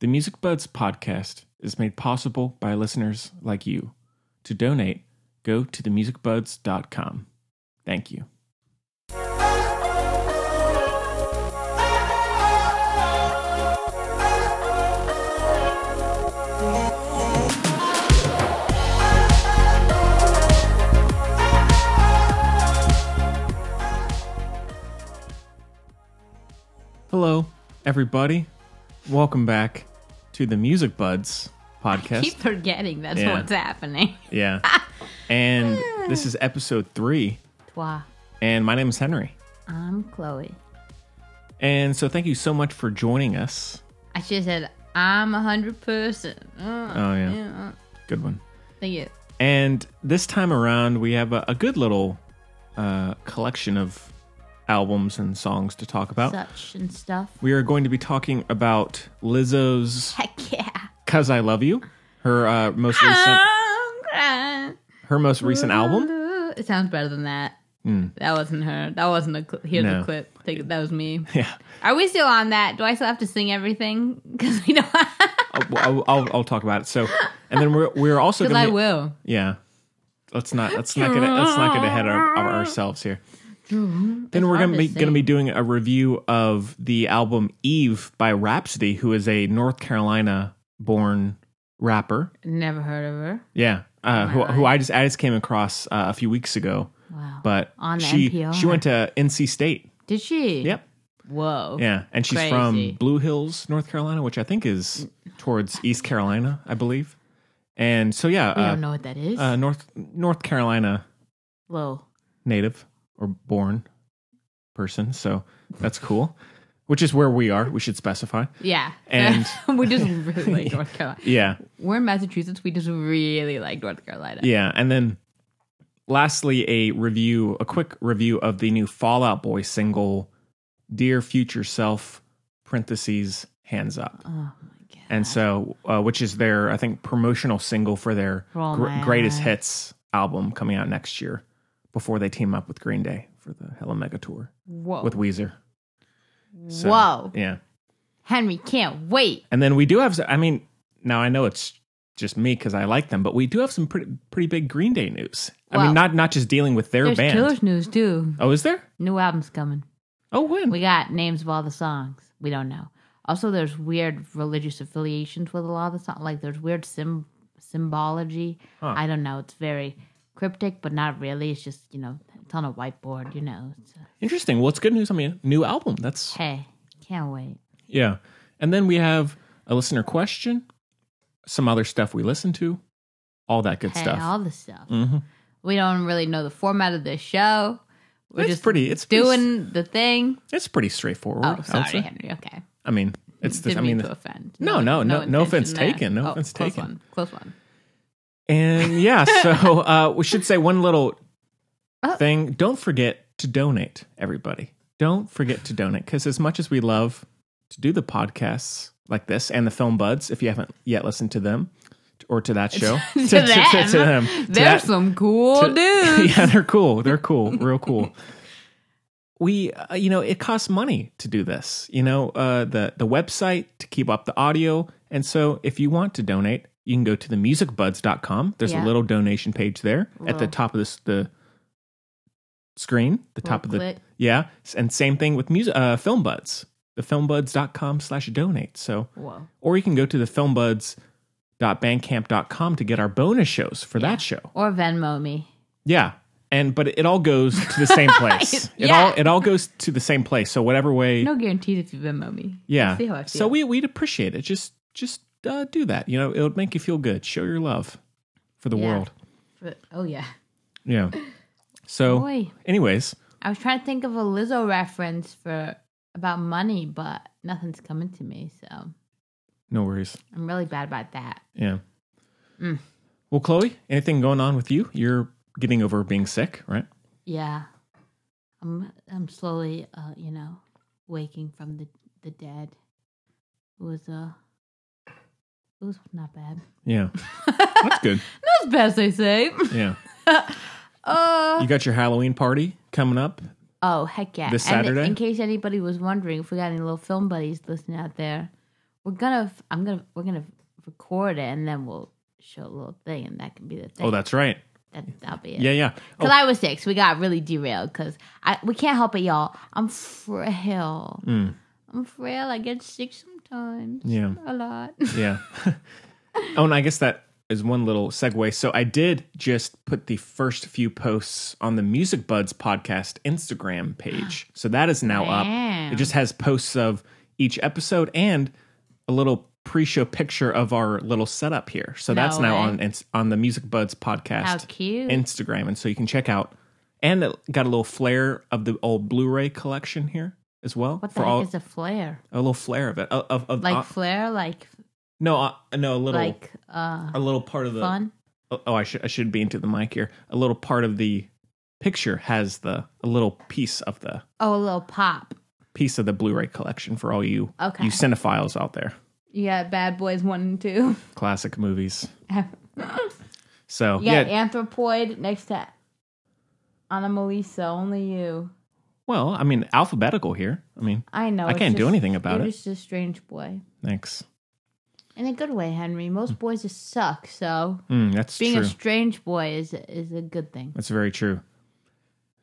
The Music Buds podcast is made possible by listeners like you. To donate, go to themusicbuds.com. Thank you. Hello, everybody. Welcome back to the Music Buds podcast. Keep forgetting that's Yeah. what's happening. Yeah. and this is episode three. Toi, And my name is Henry. I'm Chloe. And so thank you so much for joining us. I should have said I'm a hundred percent. Mm, Oh, yeah. Good one. Thank you. And this time around, we have a, a good little uh, collection of albums and songs to talk about. Such and stuff. We are going to be talking about Lizzo's Heck yeah. "Cause I Love You," her uh, most recent I'm crying. her most recent album. Hmm. It sounds better than that. That wasn't her. That wasn't a cl- here's No. the clip. Take it- That was me. Yeah, Are we still on that? Do I still have to sing everything? Because I don't. I'll, I'll, I'll, I'll talk about it. So, and then we're we're also Because I going to will. yeah. Let's not let's not get let's not get ahead of, of ourselves here. Then we're hard gonna to be gonna sing. be doing a review of the album Eve by Rhapsody, who is a North Carolina born rapper. Never heard of her. Yeah, uh, who who I just I just came across uh, a few weeks ago. Wow. But On the she NPR. she went to NC State. Did she? Yep. Whoa. Yeah, and she's Crazy. from Blue Hills, North Carolina, which I think is towards East Carolina, I believe. And so yeah, We uh, don't know what that is. uh, North North Carolina Whoa. native or born person. So that's cool. Which is where we are. We should specify. Yeah. And- we just really like North Carolina. Yeah, We're in Massachusetts. We just really like North Carolina. yeah. And then lastly, a review, a quick review of the new Fallout Boy single, "Dear Future Self." Parentheses hands up. Oh my God. and so uh, which is their i think promotional single for their Roll gr- My greatest Eyes. hits album coming out next year before they team up with green day for the hella mega tour Whoa. with weezer So, Oh. Whoa. yeah Henry can't wait. and then we do have s- i mean now i know it's just me because i like them but we do have some pretty pretty big green day news i mean Well, not not just dealing with their There's band Killers news too. oh is there New album's coming. oh when We got names of all the songs. We don't know. Also, there's weird religious affiliations with a lot of the songs. Like there's weird sym- symbology. I don't know. It's very cryptic, but not really. It's just you know, it's on a whiteboard. You know. It's, interesting well it's good news i mean new album that's hey, can't wait. Yeah. And then we have a listener question, some other stuff we listen to, all that good Hey, stuff. Mm-hmm. all the stuff. We don't really know the format of this show. We're it's just pretty it's pretty, doing the thing. it's pretty straightforward. Oh, I, would sorry, say. Henry. Okay. I mean, it's this, Didn't I mean, mean to the- offend. No, no, no- no offense intention taken, there. Oh, no offense close taken. One, close one. and yeah, so uh, we should say one little Oh. thing. Don't forget to donate, everybody. Don't forget to donate because as much as we love to do the podcasts like this and the film buds, if you haven't yet listened to them or to that show, To them. to There's that- some cool to- dudes. yeah, they're cool. They're cool. Real cool. We, uh, you know, it costs money to do this. You know, uh, the the website to keep up the audio, and so if you want to donate, you can go to themusicbuds.com. There's Yeah. a little donation page there at the Little- top of this the screen, the top of the click. yeah, and same thing with music uh, film buds. The filmbuds.com slash donate. So Whoa. or you can go to the filmbuds.bandcamp.com to get our bonus shows for that show. Or Venmo me. Yeah. And but it all goes to the same place. It Yeah. all it all goes to the same place. So whatever way, No guarantees if you Venmo me. yeah. see how I So feel. we we'd appreciate it. Just just uh, do that. You know, it would make you feel good. Show your love for the Yeah. world. But- oh yeah. Yeah. So, Boy. anyways, I was trying to think of a Lizzo reference for about money, but nothing's coming to me. So I'm no worries. really bad about that. Yeah. Mm. Well, Chloe, anything going on with you? You're getting over being sick, right? Yeah. I'm I'm slowly uh, you know, waking from the the dead. It was uh it was not bad. Yeah. That's good. That's best I say. Yeah. Uh, You got your Halloween party coming up. oh heck yeah. This And Saturday? in case anybody was wondering, if we got any little film buddies listening out there, we're gonna I'm gonna we're gonna record it and then we'll show a little thing and that can be the thing. Oh, that's right. that, that'll be it. Yeah, yeah. Cause Oh, I was six, we got really derailed. Cause I we can't help it, y'all. I'm frail. Mm. I'm frail. I get sick sometimes. Yeah. a lot. yeah. oh, and I guess that is one little segue. So I did just put the first few posts on the Music Buds podcast Instagram page. So that is now up. Wow. It just has posts of each episode and a little pre-show picture of our little setup here. So No that's now way. on it's on the Music Buds podcast How cute. Instagram, and so you can check out. And it got a little flair of the old Blu-ray collection here as well. what the for heck all, is a flare? a little flair of it. Of, of, of- Like uh, flare? Like no, uh, no, a little like uh a little part of the fun? oh, oh, I should I should be into the mic here. A little part of the picture has the a little piece of the Oh, a little pop. piece of the Blu-ray collection for all you Okay. you cinephiles out there. You got Bad Boys One and Two. Classic movies. you So got yeah, Anthropoid next to Anna Melissa. Only you. well, I mean alphabetical here. I mean, I know. I it's can't do just- anything about you're it. Just a strange boy. Thanks. In a good way, Henry. Most boys just suck. So Mm, that's being true. a strange boy is is a good thing. That's very true.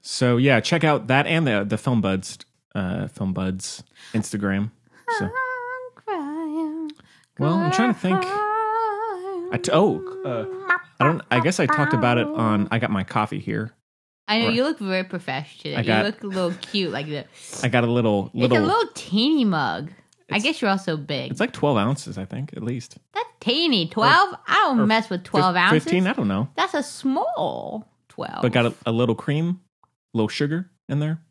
So yeah, check out that and the the film buds uh film buds Instagram. So I'm crying. well, I'm trying to think. I t- oh, uh, I don't. I guess I talked about it on. I got my coffee here. I know Right. you look very professional. I You got- look a little cute, like the I got a little little. It's a little teeny mug. I It's- guess you're also big. it's like twelve ounces, I think, at least. That's teeny. Twelve? I or don't mess with Fif- twelve ounces. Oh. Fifteen. I don't know. That's a small twelve. But got a, a little cream, a little sugar in there.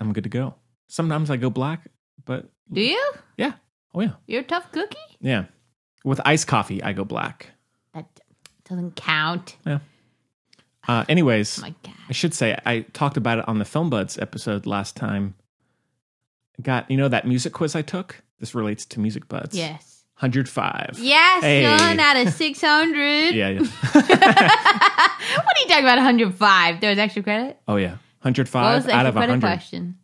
I'm good to go. Sometimes I go black, but Do you? yeah. Oh yeah, You're a tough cookie. yeah. With iced coffee, I go black. That doesn't count. Uh, anyways, Oh my I god. should say I talked about it on the Film Buds episode last time. I got you know that music quiz I took. This relates to Music Buds. Yes. hundred five. Yes, Hey. one out of six hundred. yeah, yeah. what are you talking about? One hundred five. There was extra credit. oh yeah, hundred What five was the out extra of credit hundred. question?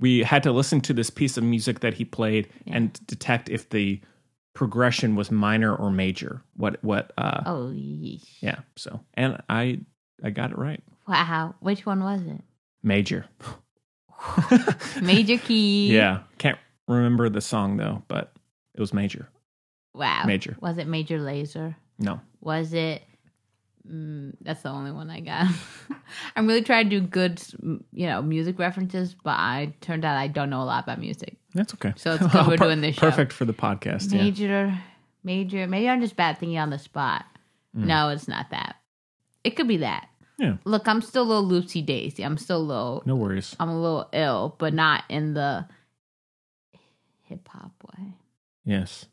We had to listen to this piece of music that he played and detect if the progression was minor or major. What what? uh Oh, yeesh. Yeah. So and I I got it right. wow. Which one was it? Major. Major key. yeah. Can't remember the song though, but it was major. Wow. Major. Was it major laser? No. Was it? Mm, that's the only one I got. I'm really trying to do good, mm, you know, music references, but I turned out I don't know a lot about music. That's okay. So it's good we're Per- doing this show. Perfect for the podcast. Yeah. Major, major. Maybe I'm just bad thinking on the spot. No, it's not that. It could be that. Mm. Yeah. Look, I'm still a little loopsy daisy. I'm still a little. No worries. I'm a little ill, but not in the hip hop way. Yes.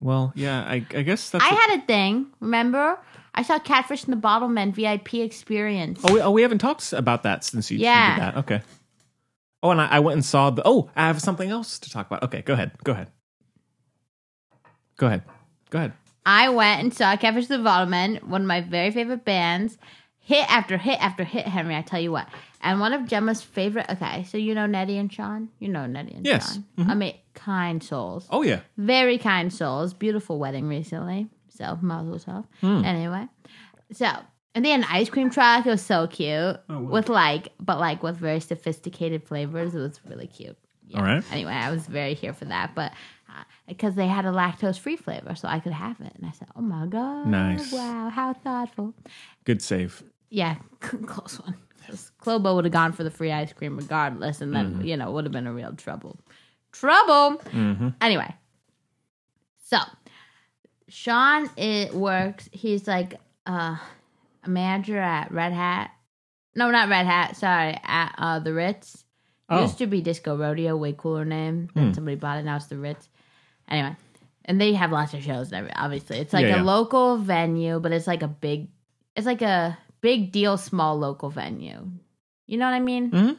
Well, yeah. I I guess that's. I a- had a thing. Remember, I saw Catfish in the Bottle Men VIP experience. oh, we, oh, we haven't talked about that since you, you Yeah. did that. Okay. Oh, and I, I went and saw the. Oh, I have something else to talk about. Okay, go ahead. Go ahead. Go ahead. Go ahead. I went and saw Catfish the Bottlemen, one of my very favorite bands. Hit after hit after hit, Henry, I tell you what. And one of Gemma's favorite, okay, so you know Nettie and Sean? You know Nettie and Yes. Mm-hmm. Sean. I mean, kind souls. Oh yeah. Very kind souls. Beautiful wedding recently. So, mazel tov. Hmm. Anyway. So, and they had an ice cream truck. It was so cute. Oh, With like, but like with very sophisticated flavors. It was really cute. Yeah. All right. Anyway, I was very here for that, but because they had a lactose free flavor, so I could have it. And I said, oh my God. Nice. Wow, how thoughtful. Good save. Yeah, c- close one. 'Cause Clobo would have gone for the free ice cream regardless, and Mm-hmm. then, you know, would have been a real trouble. Trouble! Mm-hmm. Anyway, so Sean it works. He's like uh, a manager at Red Hat. No, not Red Hat. Sorry, at uh, the Ritz. Oh. Hmm. Used to be Disco Rodeo, way cooler name. Then somebody bought it. Now it's the Ritz. Anyway, and they have lots of shows. And every, obviously, it's like Yeah, a yeah. local venue, but it's like a big, it's like a big deal, small local venue. You know what I mean? Mhm.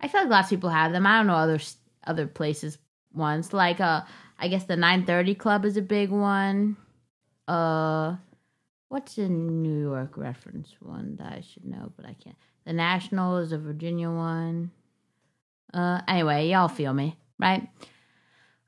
I feel like lots of people have them. I don't know other s- other places ones like uh I guess the 930 Club is a big one. Uh, what's a New York reference one that I should know, but I can't. The National is a Virginia one. Uh, anyway, y'all feel me, right?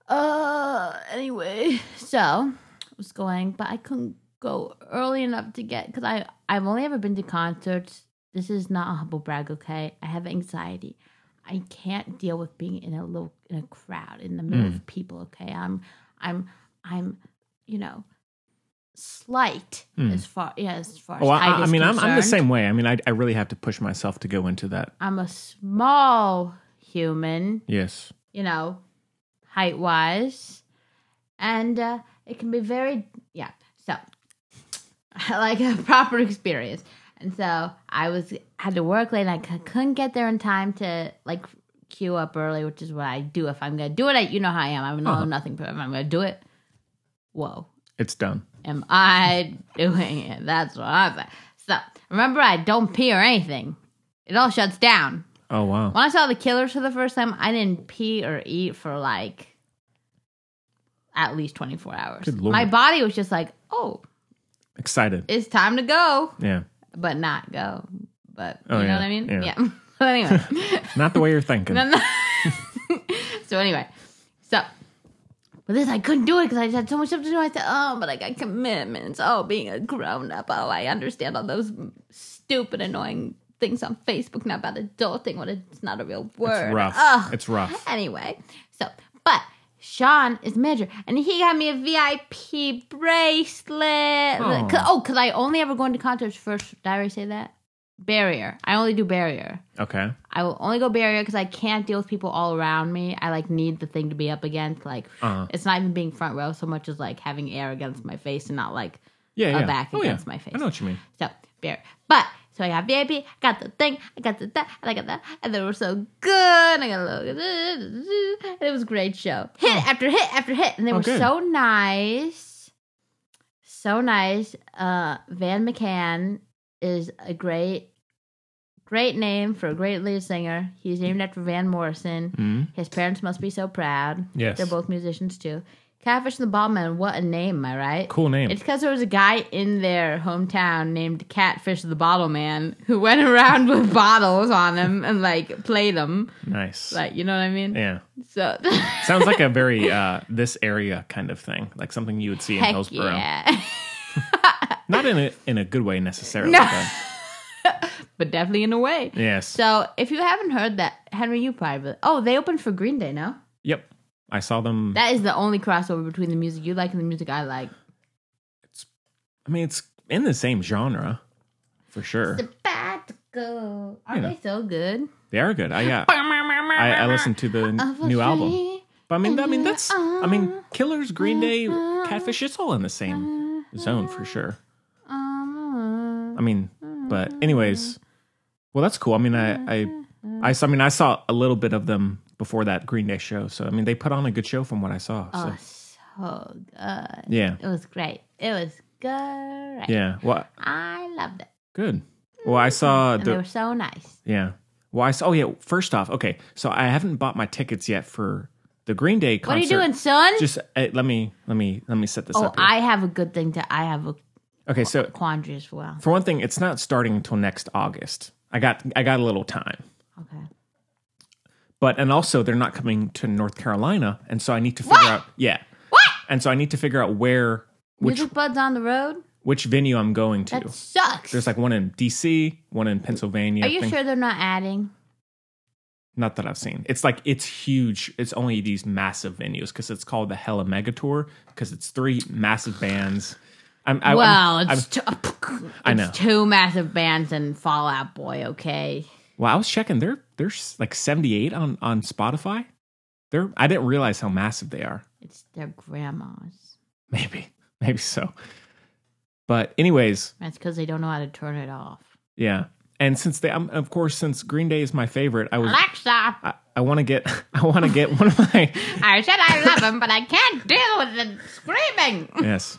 Uh, anyway, so I was going, but I couldn't go early enough to get because I I've only ever been to concerts. This is not a humble brag, okay? I have anxiety. I can't deal with being in a little in a crowd in the middle Hmm. of people. Okay, I'm I'm I'm you know slight as far yeah as far. Well, as height Hmm. Oh, I, I is mean, I'm, I'm the concerned. same way. I mean, I, I really have to push myself to go into that. I'm a small human, Yes. you know, height wise, and uh, it can be very yeah. So, like a proper experience, and so I was had to work late. And I c- couldn't get there in time to like queue up early, which is what I do if I'm gonna do it. I, you know how I am. I'm an all or nothing person. If I'm gonna do it. Whoa It's done. am I doing it? That's what I'm saying. So remember, I don't pee or anything. It all shuts down. Oh, wow. When I saw the killers for the first time, I didn't pee or eat for like at least 24 hours. Good Lord. My body was just like, oh, Excited. it's time to go, Yeah. but not go. But you Oh, know yeah, what I mean? yeah. so anyway. Not the way you're thinking. And then so anyway, so but this I couldn't do it because I just had so much stuff to do. I said, oh, but I got commitments. Oh, being a grown up. Oh, I understand all those stupid, annoying things on Facebook now about adulting when it's not a real word. it's rough. Ugh. It's rough. Anyway, so but Sean is major, and he got me a VIP bracelet. Oh. 'Cause- oh, because I only ever go into concerts first. Did I already say that? Barrier. I only do barrier. Okay. I will only go barrier because I can't deal with people all around me. I like need the thing to be up against. Like Uh-huh. it's not even being front row so much as like having air against my face and not like Yeah. a yeah. back oh, against yeah. my face. I know what you mean. so barrier. But so I got VIP, I got the thing, I got the that, and I got that, and they were so good. And I got a little, and it was a great show. Hit after hit after hit, and they Oh, were good. so nice, so nice. Uh, Van McCann is a great, great name for a great lead singer. He's named after Van Morrison. Mm. His parents must be so proud. Yes. Mm-hmm. they're both musicians too. Catfish and the Ballman, what a name, am I right? Cool name. It's because there was a guy in their hometown named Catfish the Bottle Man who went around with bottles on them and like played them. nice. Like, you know what I mean? yeah. So, Sounds like a very uh, this area kind of thing, like something you would see in heck Hillsborough. yeah. Not in a in a good way necessarily. No. But but definitely in a way. yes. So, if you haven't heard that, Henry, you probably. Oh, they opened for Green Day, no? yep. I saw them. That is the only crossover between the music you like and the music I like. I mean, it's in the same genre for sure. Sabbatical. Aren't Yeah. they so good? They are good. I yeah. I, I listened to the Of n- a new album. tree. But I mean, I mean And that's you I mean Killers, Green Day, Catfish. It's all in the same zone for sure. Um, I mean, but anyways, well that's cool. I mean, I I I, saw- I mean I saw a little bit of them before that Green Day show. So I mean, they put on a good show from what I saw. So Oh, so good. yeah, It was great. It was great. yeah. Well, I loved it. good. Well, I saw Mm-hmm. And they were the so nice. yeah. Well, I saw. Oh yeah. First off, okay. So I haven't bought my tickets yet for the Green Day concert. What are you doing, son? Just uh, let me let me let me set this oh, up. here. I have a good thing to. I have a okay, so quandary as well. for one thing, it's not starting until next August. I got I got a little time. Okay. But and also they're not coming to North Carolina, and so I need to figure out yeah. What? And so I need to figure out where which Music Buds on the road? which venue I'm going to. That sucks. There's like one in DC, one in Pennsylvania. are I you think. sure they're not adding? Not that I've seen. It's like it's huge. It's only these massive venues because it's called the Hella Mega Tour because it's three massive bands. I'm, I, well, I'm, it's, I'm- two, I know. it's two massive bands and Fallout Boy, okay? well, I was checking. They're they're s- like 78 on on Spotify. They're I didn't realize how massive they are. It's their grandmas. Maybe, maybe so. But anyways, That's because they don't know how to turn it off. yeah. And since they, um, of course, since Green Day is my favorite, I was Alexa, I, I want to get I want to get one of my I said I love him, but I can't deal with the screaming. yes.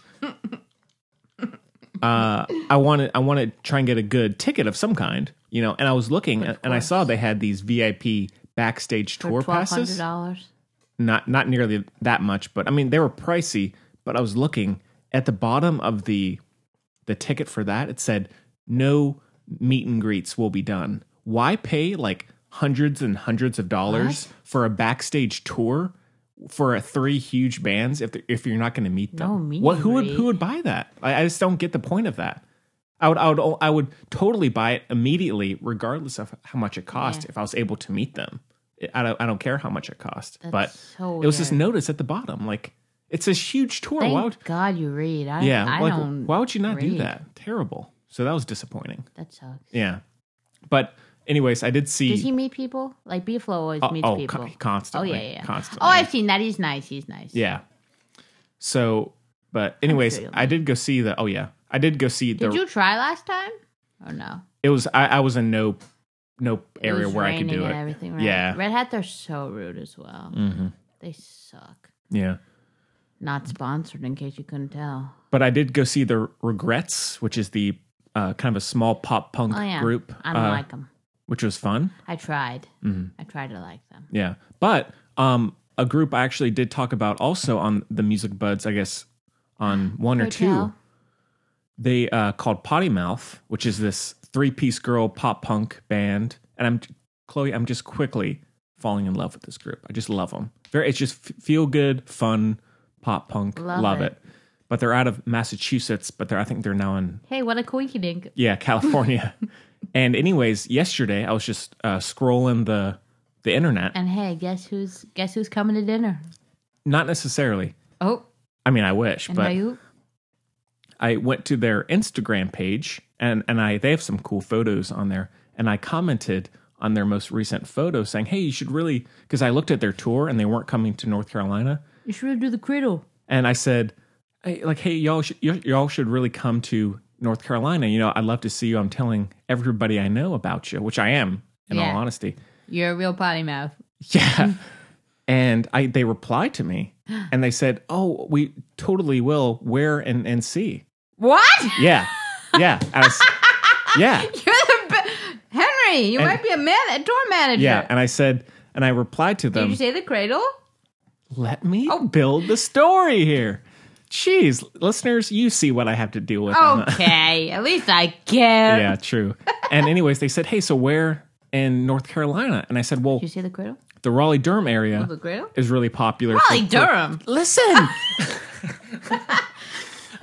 Uh, I want to I want to try and get a good ticket of some kind, you know. And I was looking, and, and I saw they had these VIP backstage tour Twelve hundred passes. dollars. Not not nearly that much, but I mean they were pricey. But I was looking at the bottom of the the ticket for that. It said no meet and greets will be done. Why pay like hundreds and hundreds of dollars for a backstage tour for a three huge bands if if you're not going to meet them. No, meet what and who would greet. who would buy that? I, I just don't get the point of that. I would I would I would totally buy it immediately, regardless of how much it cost. Yeah. If I was able to meet them, I don't I don't care how much it cost. That's but so it was this weird. notice at the bottom, like it's this huge tour. Thank why would God you read. I, Oh, yeah? I like, don't. why would you not do read. that? Terrible. So that was disappointing. That sucks. Yeah, but anyways, I did see. Does he meet people? Like Beeflo always oh, meets oh, people. con- constantly. Oh yeah, yeah, yeah. Constantly. Oh, I've seen that. He's nice. He's nice. Yeah. So, but anyways, you'll I did go see the. Oh yeah, I did go see the. Did you try last time? Oh no. it was I, I was in no no It area was where I could raining do and it. Everything. Right? Yeah. Mm-hmm. Red Hat. They're so rude as well. They suck. Yeah, Not sponsored, in case you couldn't tell. but I did go see the Regrets, which is the uh, kind of a small pop punk Oh yeah. group, I don't uh, mm-hmm. 'em. like them. which was fun. I tried. I tried to like them. Yeah, but um, a group I actually did talk about also on the Music Buds, I guess, on one or Could two. tell. They uh, called Potty Mouth, which is this three-piece girl pop punk band, and I'm Chloe. I'm just quickly falling in love with this group. I just love them. Very, it's just f- feel good, fun pop punk. Love, Love it. it. But they're out of Massachusetts, but they're I think they're now in Hey, what a coincidence! yeah, California. and anyways, yesterday I was just uh, scrolling the the internet. And hey, guess who's guess who's coming to dinner? Not necessarily. Oh, I mean, I wish, and but Raoul? I went to their Instagram page and and I they have some cool photos on there and I commented on their most recent photo saying, "Hey, you should really because I looked at their tour and they weren't coming to North Carolina you should really do the criddle. and I said, hey, like, hey, y'all, should, y- y'all should really come to North Carolina. You know, I'd love to see you. I'm telling everybody I know about you, which I am in Yeah. all honesty. You're a real potty mouth. Yeah. and I they replied to me and they said, Oh, we totally will. Where and, and see. What? Yeah. Yeah. I was- yeah. You're the be- Henry. You might be a man, a tour manager. Yeah. um, And I said, and I replied to Did them, you say the cradle? let me build the story here. Jeez, listeners, you see what I have to deal with. Oh, on the- Okay. At least I care. Uh-huh. yeah, true. And anyways, they said, "Hey, so where in North Carolina?" And I said, "Well, Did you say the cradle? the Raleigh Durham area The cradle? is really popular." Holly for- Durham. Listen,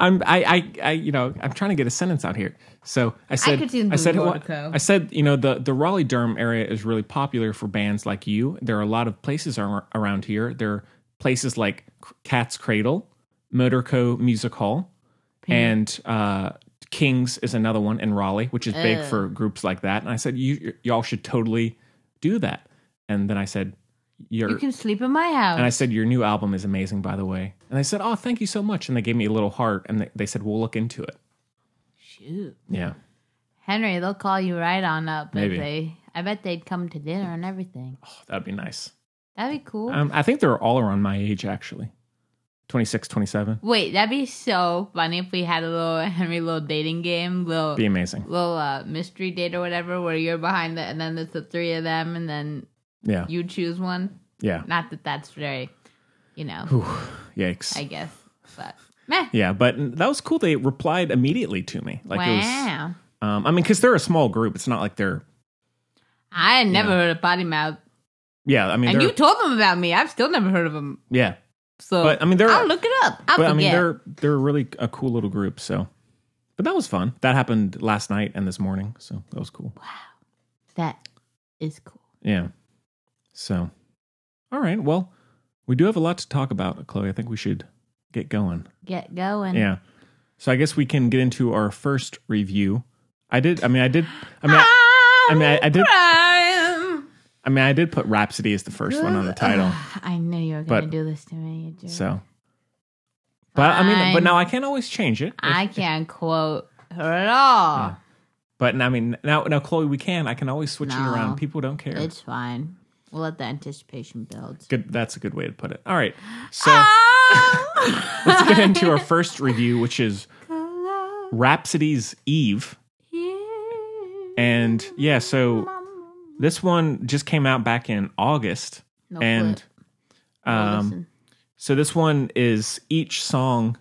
I'm I, I I you know I'm trying to get a sentence out here. So I said could see them I said doing well, Nordico. I said you know the the Raleigh Durham area is really popular for bands like you. There are a lot of places ar- around here. There are places like Cat's Cradle, Motorco Music Hall, Hmm. and uh, Kings is another one in Raleigh, which is big for groups like that. And I said you y'all should totally do that. And then I said you're You can sleep in my house. and I said, Your new album is amazing, by the way. And they said, Oh, thank you so much. And they gave me a little heart and they, they said, We'll look into it. Shoot. Yeah. Henry, they'll call you right on up. Maybe. If they, I bet they'd come to dinner and everything. Oh, that'd be nice. That'd be cool. Um, I think they're all around my age, actually 26, 27. Wait, that'd be so funny if we had a little Henry little dating game, little Be amazing. little uh, mystery date or whatever, where you're behind it, and then there's the three of them, and then Yeah. you choose one. Yeah. Not that that's very, you know, Yikes. I guess, but meh. yeah. But that was cool. They replied immediately to me. Like, it was, wow, um, I mean, because they're a small group. It's not like they're, I had never heard of potty mouth, yeah. I mean, and they're, you told them about me. I've still never heard of them. yeah. So But, I mean, they're- I'll look it up. I'll But I mean, forget. they're, they're really a cool little group. So, but that was fun. That happened last night and this morning. So that was cool. that is cool. Yeah. So, all right. Well, we do have a lot to talk about, Chloe. I think we should get going. Get going. Yeah. So I guess we can get into our first review. I did. I mean, I did. I mean, I, I, I mean, I, I did. I'm I mean, I did put Rhapsody as the first one on the title. I knew you were going to But- do this to me. You jerk. So, but I mean, but Fine. now I can always change it. I can't quote her at all. But I mean, now, now, Chloe, we can. I can always switch it No. around. People don't care. It's fine. We'll let the anticipation build. good. That's a good way to put it. All right. So Ah! let's get into our first review, which is Hello, Rhapsody's Eve. here. And yeah, so this one just came out back in August. No and clue. No um, listen. so this one is each song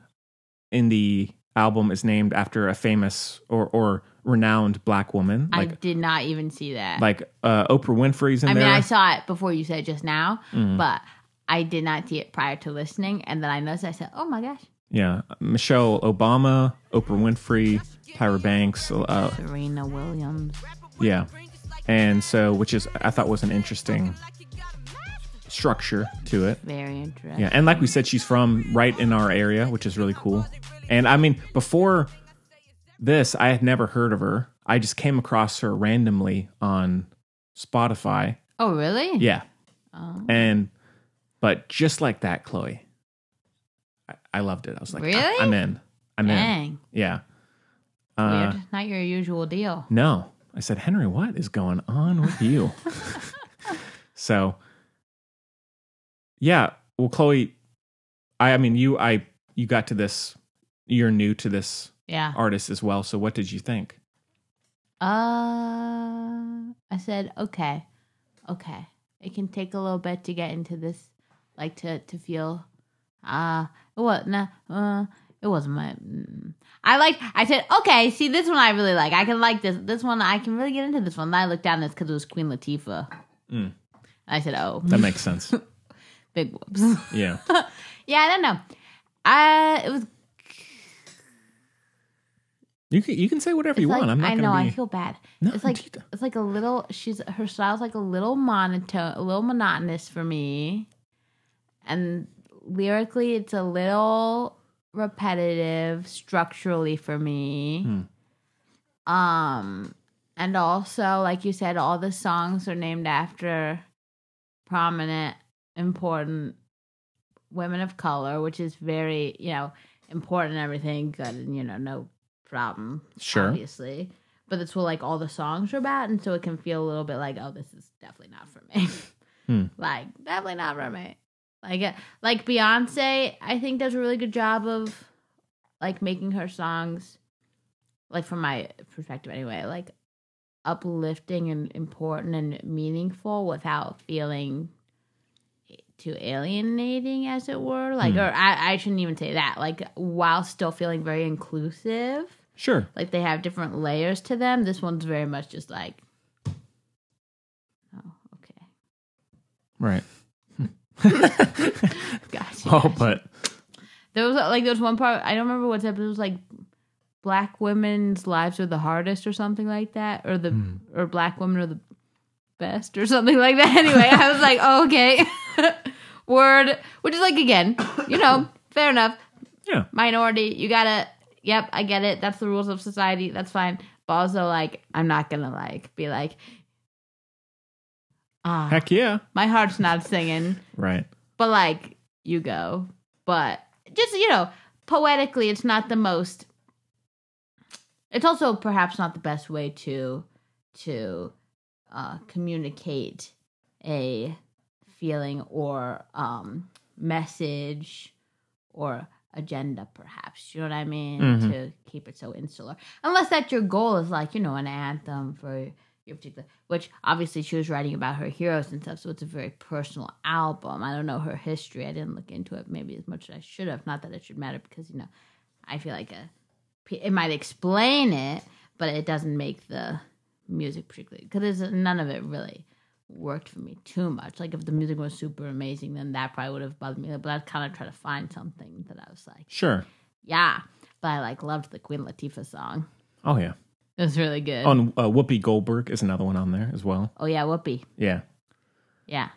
in the album is named after a famous or, or renowned black woman. Like I did not even see that. like uh, Oprah Winfrey's in I mean, there. Mm-hmm. I saw it before you said it just now, but I did not see it prior to listening, and then I noticed. I said, "Oh my gosh, Yeah, Michelle Obama, Oprah Winfrey, Tyra Banks. Uh, Serena Williams." yeah, and so which is I thought was an interesting structure to it. Very interesting. Yeah, and like we said, she's from right in our area, which is really cool. And I mean, before this, I had never heard of her. I just came across her randomly on Spotify. Oh, really? Yeah, Oh. and but just like that, Chloe, I, I loved it. I was like, Really? I, am in. I'm in. Dang. Yeah. Uh, Weird. Not your usual deal. No. I said, Henry, what is going on with you? so, yeah. Well, Chloe, I, I mean, you, I, you got to this, you're new to this Yeah. artist as well. So, what did you think? Uh, I said, okay, okay. It can take a little bit to get into this, like to to feel. Uh, what? Nah, uh, it wasn't my. mm. I like. I said, okay. See, this one I really like. I can like this. This one I can really get into. This one. Then I looked down. It's because it was Queen Latifah. Mm. I said, oh, That makes sense. big whoops. Yeah. yeah, I don't know. I it was. You can, you can say whatever you it's want. like- I'm not I going know. I to be. feel bad. No, it's like dude. it's like a little. She's her style's like a little monotone, a little monotonous for me, and lyrically, it's a little repetitive structurally for me. Um, and also, like you said, all the songs are named after prominent, important women of color, which is very you know important and everything good and you know no problem Sure. obviously but that's what like all the songs are about and so it can feel a little bit like oh this is definitely not for me Hmm. like definitely not for me like uh, like beyonce i think does a really good job of like making her songs like from my perspective anyway like uplifting and important and meaningful without feeling too alienating as it were like Hmm. or I, I shouldn't even say that like while still feeling very inclusive Sure. like they have different layers to them this one's very much just like oh okay Right. gotcha Well, but There was like there was one part I don't remember what's episode it was like black women's lives are the hardest or something like that or the Hmm. or black women are the best or something like that. Anyway, I was like, oh, okay, word, which is like again, you know, fair enough. Yeah. minority, you gotta. Yep, I get it. That's the rules of society. That's fine. But also, like, I'm not gonna like be like, ah, heck yeah. my heart's not singing Right. but like you go but just you know poetically it's not the most it's also perhaps not the best way to to uh communicate a feeling or um message or agenda perhaps you know what i mean Mhm. to keep it so insular unless that your goal is like you know an anthem for your particular which obviously she was writing about her heroes and stuff so it's a very personal album i don't know her history i didn't look into it maybe as much as i should have not that it should matter because you know i feel like a it might explain it but it doesn't make the music particularly because none of it really worked for me too much like if the music was super amazing then that probably would have bothered me but i'd kind of try to find something that i was like Sure. yeah but i like loved the queen latifah song Oh, yeah. it was really good On uh, Whoopi Goldberg is another one on there as well. oh yeah whoopee Yeah. Yeah.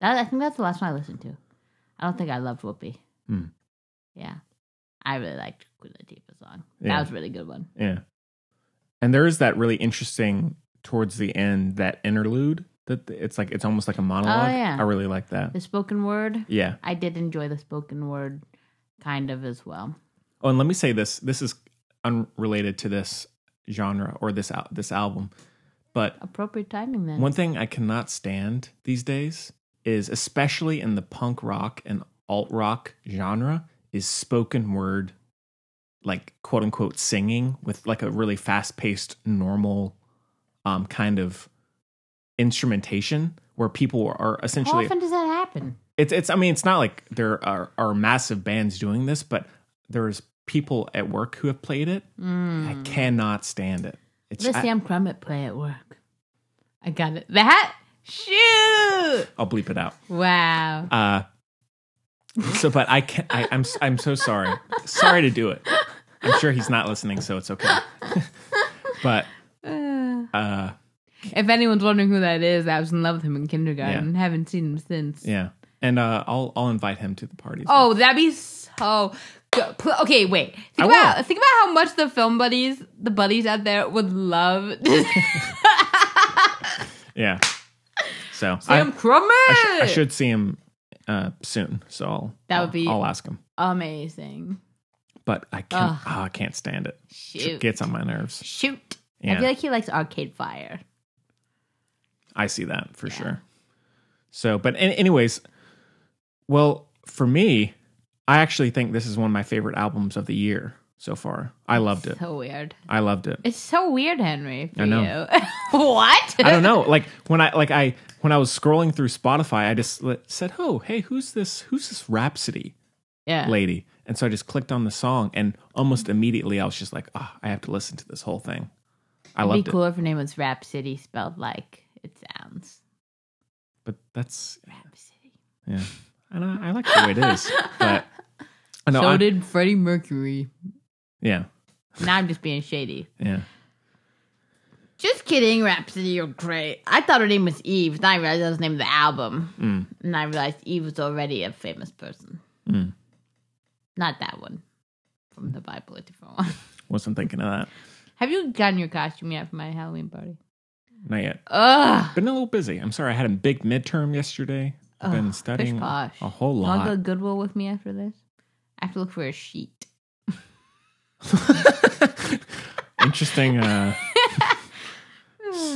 That, I think that's the last one I listened to. I don't think I loved Whoopi. Hmm. Yeah. I really liked Queen Latifah's song. Yeah. That was a really good one. Yeah. And there is that really interesting towards the end that interlude that th- it's like it's almost like a monologue. yeah. I really like that. The spoken word, Yeah. I did enjoy the spoken word kind of as well. Oh, and let me say this. This is unrelated to this genre or this al- this album. But Appropriate timing then. one thing I cannot stand these days is especially in the punk rock and alt rock genre is spoken word like quote unquote singing with like a really fast paced normal um kind of instrumentation where people are How essentially often does that happen? it's it's I mean it's not like there are, are massive bands doing this, but there's people at work who have played it. Mm. I cannot stand it. It's Hmm. The I- Sam Crummett play at work. I got it. That Shoot! I'll bleep it out. Wow. Uh, so, but I can't. I, I'm s- I'm so sorry. Sorry to do it. I'm sure he's not listening, so it's okay. but uh, If anyone's wondering who that is, I was in love with him in kindergarten. Haven't seen him since. yeah, and uh, I'll I'll invite him to the party. Oh, that'd be so. Good. Pl- Okay, wait. I Think about will. think about how much the film buddies, the buddies out there, would love yeah. So Sam I, Crummer. I, sh- I should Oh, see him uh, soon. So I'll That would be- I'll ask him. Amazing. But I can't. Oh, I can't stand it. Shoot. It gets on my nerves. Shoot. I Yeah. feel like he likes Arcade Fire. I see that for sure. So, but an- anyways, well, for me, I actually think this is one of my favorite albums of the year so far. I loved it. So weird. I loved it. It's so weird, Henry. For I know. You. what? I don't know. Like when I like I when I was scrolling through Spotify, I just li- said, "Oh, hey, who's this? Who's this Rhapsody yeah. lady?" And so I just clicked on the song, and almost immediately I was just like, "Ah, I have to listen to this whole thing." I It'd loved be it. cool if her name was Rhapsody, spelled like it sounds. But that's Rhapsody. yeah. I know I like the way it is. But I know so I, did Freddie Mercury. yeah. Now I'm just being shady. Yeah. Just kidding, Rhapsody, you're great. I thought her name was Eve, and I realized that was the name of the album. Mm. And I realized Eve was already a famous person. Mm. Not that one. From the Bible, a different one. Wasn't thinking of that. Have you gotten your costume yet for my Halloween party? Not yet. Ugh. Been a little busy. I'm sorry. I had a big midterm yesterday. I've been studying a posh. whole You want to go lot. to Goodwill with me after this? I have to look for a sheet. Interesting. Uh,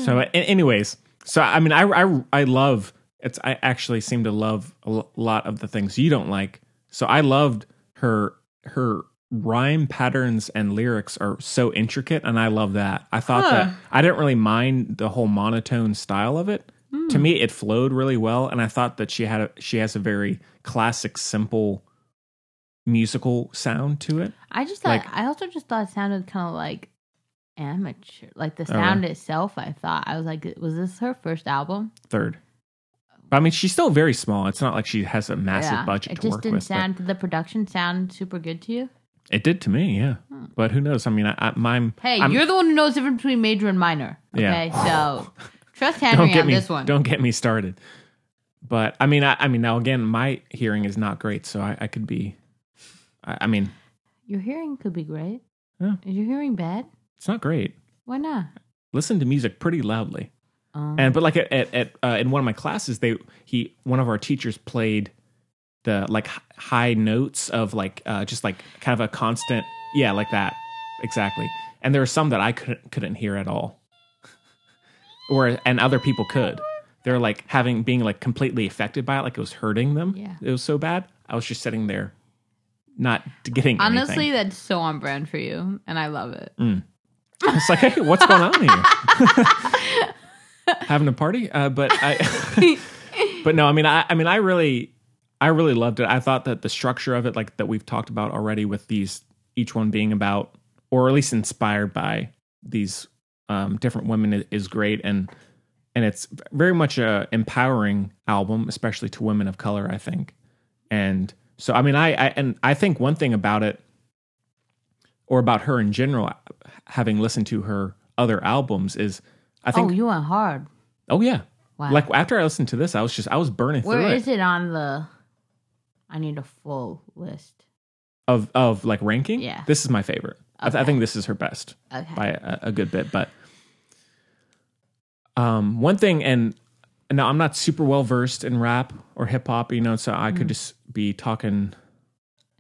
so, a- anyways, so I mean, I I, I love. It's I actually seem to love a l- lot of the things you don't like. So I loved her her rhyme patterns and lyrics are so intricate and I love that. I thought that I didn't really mind the whole monotone style of it. To me it flowed really well and I thought that she had a she has a very classic simple musical sound to it. I just thought. Like- I also just thought it sounded kind of like amateur. Like the really? sound itself, I thought I was like, was this her first album? third. But, I mean, she's still very small. It's not like she has a massive budget It to just work didn't with. but sound. Did the production sound super good to you? It did to me, yeah. But who knows? I mean, I, I my Hmm. Hey, I'm- you're the one who knows the difference between major and minor. Yeah. Okay, so trust don't Henry get on me this one. don't get me started. But I mean, I, I mean, now again, my hearing is not great, so I, I could be. I, I mean, Your hearing could be great. Yeah. Is your hearing bad? it's not great. Why not? Listen to music pretty loudly, Um, and but like at at, at uh, in one of my classes, they he one of our teachers played the like h- high notes of like uh, just like kind of a constant yeah like that exactly and there were some that i couldn't couldn't hear at all or and other people could they're like having being like completely affected by it like it was hurting them Yeah. it was so bad i was just sitting there not getting honestly, anything. that's so on brand for you, and I love it. it's like hey what's going on here having a party uh, but i but no, I mean, I, I mean, I really, I really loved it. I thought that the structure of it, like that we've talked about already, with these each one being about, or at least inspired by these um, different women, i- is great, and and it's very much a empowering album, especially to women of color. I think, and so I mean, I, I and I think one thing about it, or about her in general, having listened to her other albums, is I oh, think, you went hard. oh, yeah. Wow. Like after I listened to this, I was just I was burning Where through it. is it on the? I need a full list. of of like ranking Yeah. this is my favorite I, th- I think this is her best Okay. by a, a good bit but um one thing and now i'm not super well versed in rap or hip-hop you know so i Mm. could just be talking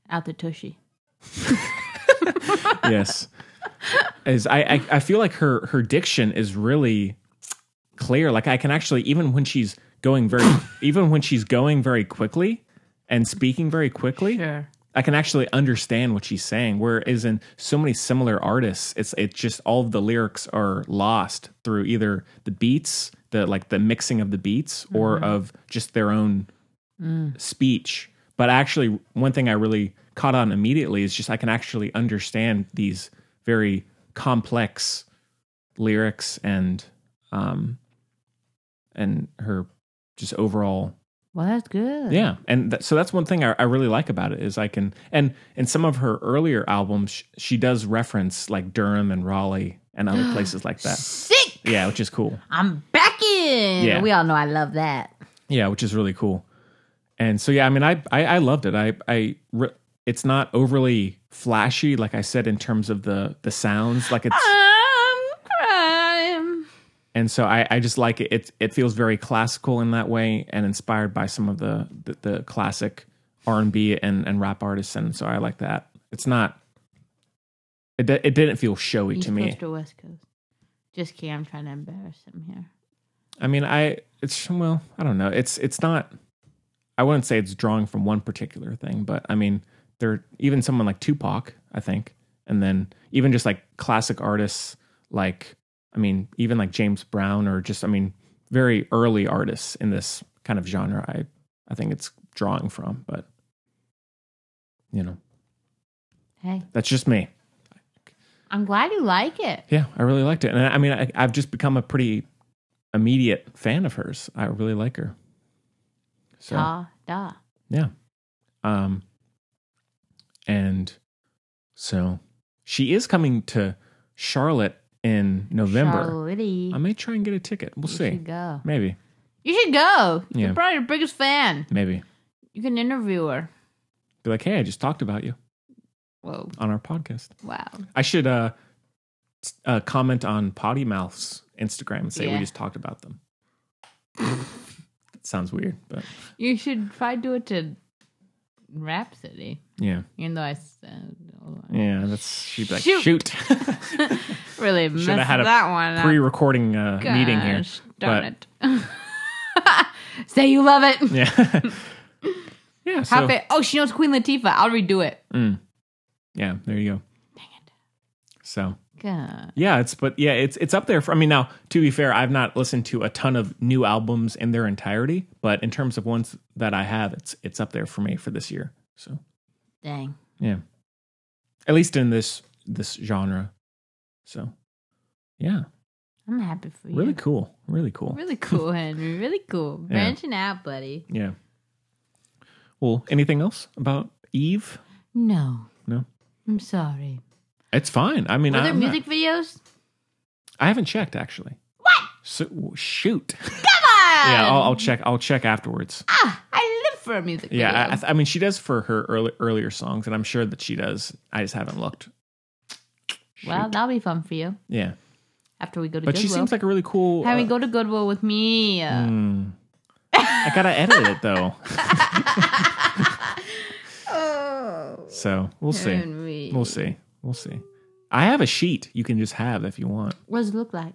Out the tushy. yes is I, I i feel like her her diction is really clear like i can actually even when she's going very even when she's going very quickly and speaking very quickly Sure. I can actually understand what she's saying. Whereas in so many similar artists, it's it's just all of the lyrics are lost through either the beats, the like the mixing of the beats, or of just their own speech. But actually, one thing I really caught on immediately is just I can actually understand these very complex lyrics and um, and her just overall Well, that's good. yeah and that, so that's one thing I, I really like about it is i can and in some of her earlier albums she, she does reference like durham and raleigh and other places like that Sick. yeah which is cool I'm back in. Yeah. We all know I love that. yeah which is really cool and so yeah i mean i i, I loved it i i re- it's not overly flashy like i said in terms of the the sounds like it's I'm crying. and so I, I just like it. it. It feels very classical in that way, and inspired by some of the the, the classic R and B and and rap artists. And so I like that. It's not. It di- it didn't feel showy East to me. Coast or West Coast? Just kidding. I'm trying to embarrass him here. I mean, I it's well, I don't know. It's it's not. I wouldn't say it's drawing from one particular thing, but I mean, there even someone like Tupac, I think, and then even just like classic artists like I mean, even like James Brown or just I mean, very early artists in this kind of genre. I I think it's drawing from, but you know, Hey, that's just me. I'm glad you like it. Yeah, I really liked it, and I, I mean, I, I've just become a pretty immediate fan of hers. I really like her. So. Da da. Yeah. Um and so she is coming to Charlotte in November. Charlotte. I may try and get a ticket. We'll you see. should go. Maybe. You should go. Yeah. You're probably her biggest fan. Maybe. You can interview her. Be like, hey, I just talked about you Whoa. on our podcast. Wow. I should uh, s- uh comment on Potty Mouth's Instagram and say we Yeah. just talked about them. Sounds weird, but You should try do it to Rhapsody. yeah. Even though I said, oh, Yeah, that's she'd be like, Shoot. shoot. really messed Shoulda had a that one up. Pre recording uh, meeting here. Gosh, Darn it. Say you love it. Yeah. yeah. So, Happy. Oh, she knows Queen Latifah. I'll redo it. yeah, there you go. Dang it. So God. yeah, it's but yeah, it's it's up there. For, I mean, now to be fair, I've not listened to a ton of new albums in their entirety, but in terms of ones that I have, it's it's up there for me for this year. So Dang. yeah, at least in this this genre. So yeah, I'm happy for you. really cool, really cool. Oh, Really cool, Henry. Really cool. Branching out, buddy. Yeah. Well, anything else about Eve? No, No, I'm sorry. it's fine. I mean, Were I, there I'm not- music videos? I haven't checked actually. What? Um. So shoot. Come on! yeah, I'll, I'll check. I'll check afterwards. ah, I live for a music video. Yeah, I, I, th- I mean, she does for her early, earlier songs, and I'm sure that she does. I just haven't looked. well, that'll be fun for you Yeah, after we go to but Goodwill. she seems like a really cool. Harry, uh, go to Goodwill with me. mm. I gotta edit it though, oh, so we'll see. Henry. We'll see. We'll see. I have a sheet you can just have if you want. What does it look like?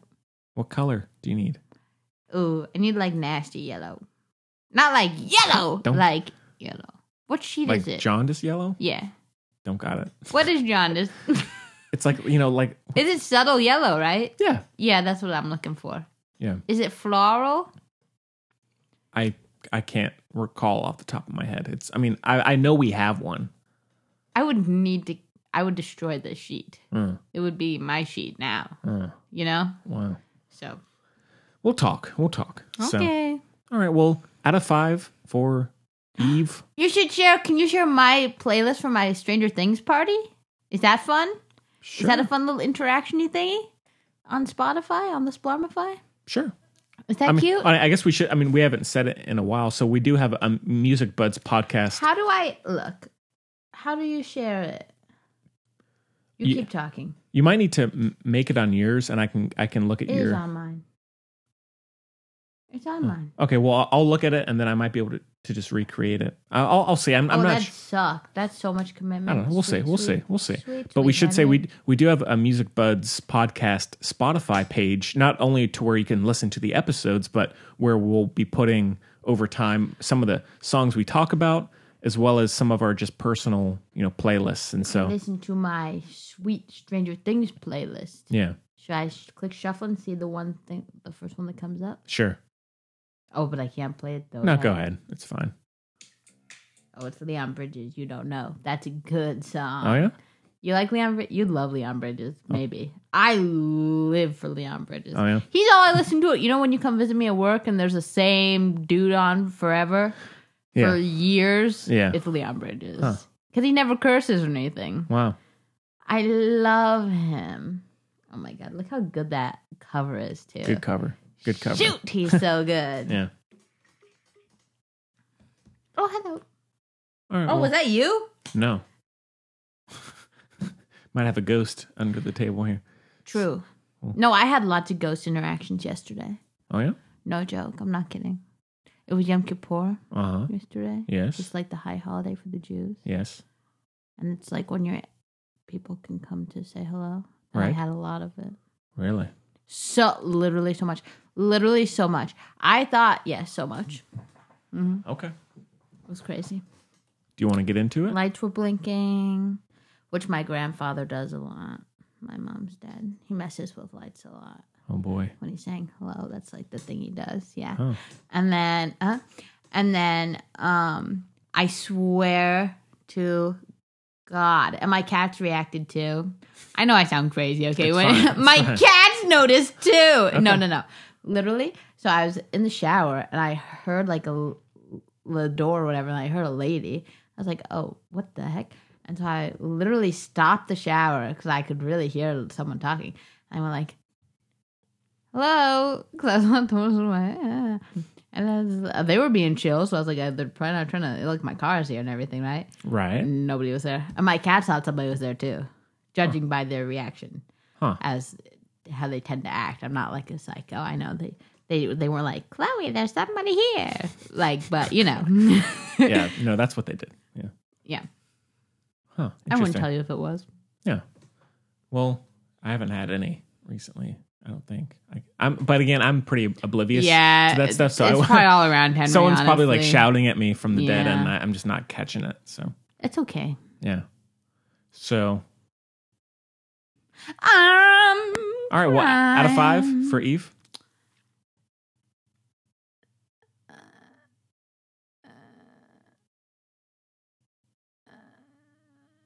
What color do you need? Ooh, I need like nasty yellow. Not like yellow, Don't- like yellow. What sheet Like is it? jaundice yellow? yeah. Don't got it. What is jaundice? is It's like you know, like it subtle yellow, right? yeah, Yeah, that's what I'm looking for. yeah. Is it floral? I I can't recall off the top of my head. It's. I mean, I I know we have one. I would need to. I would destroy this sheet. Mm, It would be my sheet now. mm, You know. wow. So We'll talk. We'll talk. So- okay. All right. Well, out of five for Eve. You should share. Can you share my playlist for my Stranger Things party? Is that fun? Sure. Is that a fun little interactiony thingy on Spotify on the Spotify? sure. Is that I mean, cute? I I guess we should. I mean, we haven't said it in a while, so we do have a Music Buds podcast. How do I look? How do you share it? You Ye- keep talking. You might need to m- make it on yours, and I can I can look at It is your. on mine. It's on mine. Okay. Well, I'll- I'll look at it, and then I might be able to, to just recreate it. I'll, I'll- I'll see. I'm, I'm oh, not. that su- sucked. That's so much commitment. I don't know. We'll Sweet, see. We'll sweet, see. We'll see. sweet, But we sweet should say we Henry. d- we do have a Music Buds podcast Spotify page, not only to where you can listen to the episodes, but where we'll be putting over time some of the songs we talk about, as well as some of our just personal you know playlists. And so listen to my sweet Stranger Things playlist. yeah, Should I sh- click shuffle and see the one thing, the first one that comes up? sure. Oh, but I can't play it though. No, right? go ahead. It's fine. Oh, it's Leon Bridges. You don't know. That's a good song. Oh yeah, You like Leon? Brid- You love Leon Bridges, maybe. I live for Leon Bridges. Oh, yeah? He's all I listen to. It. You know when you come visit me at work and there's the same dude on forever for Yeah. years. Yeah. it's Leon Bridges Huh. because he never curses or anything. Wow. I love him. Oh my god, look how good that cover is too. Good cover. Good cover. Shoot, he's so good. Yeah. Oh hello. All right. Oh, was that you? no. Might have a ghost under the table here. True. No, I had lots of ghost interactions yesterday. Oh yeah. No joke. I'm not kidding. It was Yom Kippur Uh huh. yesterday. Yes. It's like the high holiday for the Jews. Yes. And it's like when your people can come to say hello. And I Right. had a lot of it. Really. So, literally so much. Literally so much. I thought, yes, so much. Mm-hmm. Okay. It was crazy. Do you want to get into it? Lights were blinking, which my grandfather does a lot. My mom's dead. He messes with lights a lot. oh boy. when he's saying hello. That's like the thing he does. Yeah. Oh. And then, uh, and then, um, I swear to God, and my cats reacted too. I know I sound crazy. Okay, It's when fine, it's my fine. cats noticed too. No, no, no. Literally. So I was in the shower and I heard like a l- the door or whatever, and I heard a lady. I was like, oh, what the heck? And so I literally stopped the shower because I could really hear someone talking. And I went like, hello, because I was on the my and I was, uh, they were being chill, so I was like, uh, they're probably not trying to. Look, my car's here and everything, right? Right. And nobody was there, and my cat thought somebody was there too, judging by their reaction Huh. as how they tend to act. I'm not like a psycho. I know they they they were like Chloe, there's somebody here, like, but you know, yeah. No, that's what they did. Yeah. yeah. Huh. I wouldn't Interesting. tell you if it was. Yeah. Well, I haven't had any recently. I don't think. I, I'm, but again, I'm pretty oblivious Yeah, to that stuff. So it's I, probably all around Henry. someone's probably like honestly. shouting at me from the dead, Yeah. and I, I'm just not catching it. So It's okay. yeah. So Um. all right, well, out of five for Eve.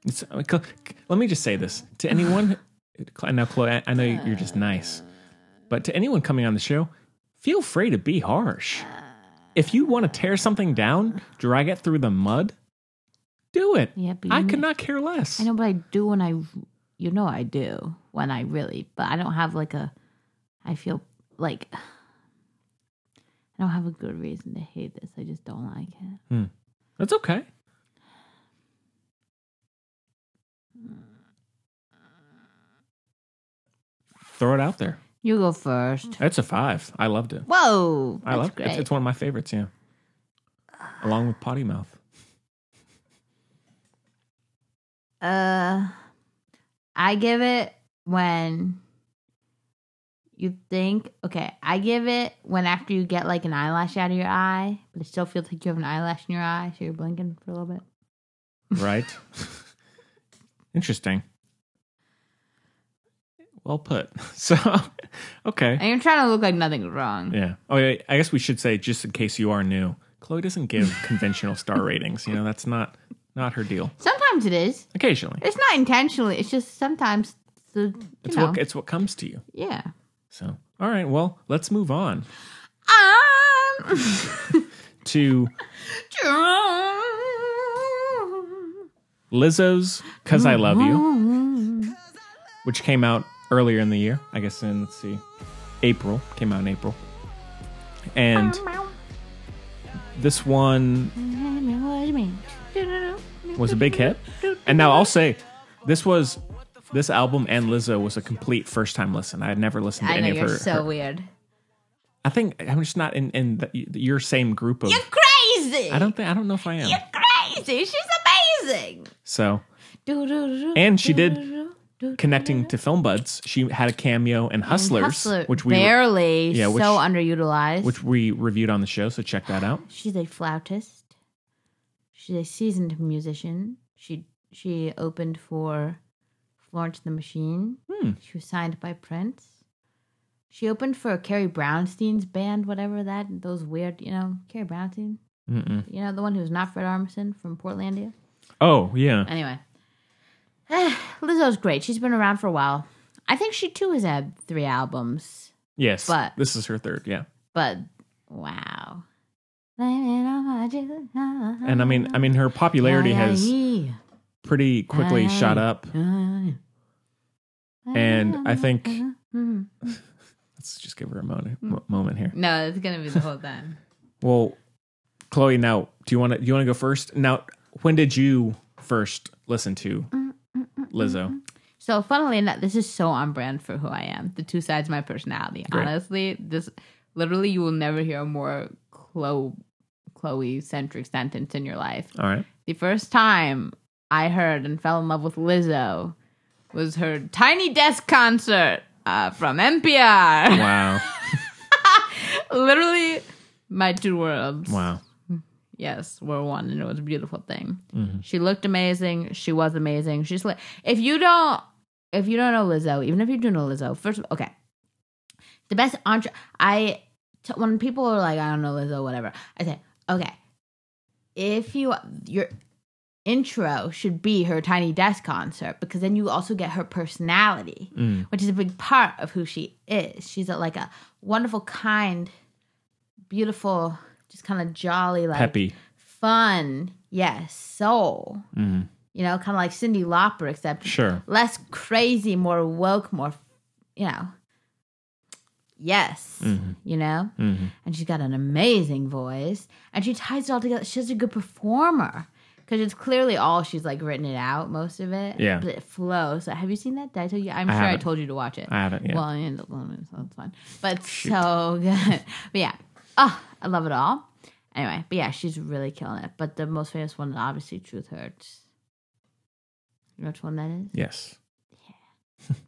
It's, uh, let me just say this to anyone. now, Chloe, I, I know you're just nice, but to anyone coming on the show, feel free to be harsh. If you want to tear something down, drag it through the mud, do it. Yeah, but I you could know- not care less. I know, but I do when I, you know, I do when I really, but I don't have like a, I feel like, I don't have a good reason to hate this. I just don't like it. That's okay. Throw it out there. You go first. That's a five. I loved it. Whoa. I that's loved it. It's, great. it's one of my favorites, yeah. Along with Potty Mouth. Uh, I give it when you think, okay, I give it when after you get like an eyelash out of your eye, but it still feels like you have an eyelash in your eye, so you're blinking for a little bit. Right? Interesting. Well put. So, okay. And you're trying to look like nothing's wrong. Yeah. Oh, yeah. I guess we should say, just in case you are new, Chloe doesn't give conventional star ratings. You know, that's not not her deal. Sometimes it is. Occasionally, It's not intentionally. It's just sometimes the you it's know what it's what comes to you. yeah. So, all right. Well, let's move on Um. to Lizzo's "Cause I Love You," which came out earlier in the year. I guess in let's see, April came out in April, and this one was a big hit. And now I'll say, this was this album and Lizzo was a complete first time listen. I had never listened to I know any of you're her. so her- weird. I think I'm just not in in the, your same group of. You're crazy. I don't think I don't know if I am. You're crazy. She's amazing. So Do-do-do-do, And she did do-do-do-do. connecting to film buds, she had a cameo in Hustlers, Hustler, which we barely yeah, which- so underutilized. which we reviewed on the show. So check that out. She's a flautist. She's a seasoned musician. She she opened for Florence and the Machine. Hmm. She was signed by Prince. She opened for Carrie Brownstein's band, whatever that those weird, you know, Carrie Brownstein, Mm-mm. you know, the one who's not Fred Armisen from Portlandia. Oh yeah, Anyway, Lizzo's great. She's been around for a while. I think she too has had three albums, Yes. But- this is her third. Yeah. but wow. And And I mean, I mean, her popularity has pretty quickly shot up. and I think- no, Let's just give her a moment, mo- moment here. it's gonna be the whole time. Well, Chloe, now do you want to do you want to go first? Now, when did you first listen to Lizzo? So, funnily enough, this is so on brand for who I am. The two sides of my personality. Great. Honestly, this literally you will never hear a more Chloe Chloe centric sentence in your life. All right. The first time I heard and fell in love with Lizzo was her Tiny Desk concert uh, from NPR. Wow. literally, my two worlds. wow. yes, we're one, and it was a beautiful thing. She looked amazing. She was amazing. She's like, if you don't, if you don't know Lizzo, even if you do know Lizzo, first, of- okay, the best entre. I t- when people are like, I don't know Lizzo, whatever. I say, okay, if you your intro should be her Tiny Desk concert because then you also get her personality, Mm. which is a big part of who she is. She's a, like a wonderful, kind, beautiful, just kind of jolly, like Peppy. fun, yes, soul. Mhm. You know, kind of like Cindy Lauper, except Sure. less crazy, more woke, more, you know. Yes, Mm-hmm. you know, and she's got an amazing voice, and she ties it all together. She's a good performer because it's clearly all she's like written it out, most of it. Yeah. but it flows. So, have you seen that? Did I tell you? I'm I sure I haven't. told you to watch it. I haven't yet. Well, I ended up alone, so that's fine. But it's so good. But yeah. Oh, I love it all. Anyway, but yeah, she's really killing it. But the most famous one, obviously, Truth Hurts. You know which one that is? yes.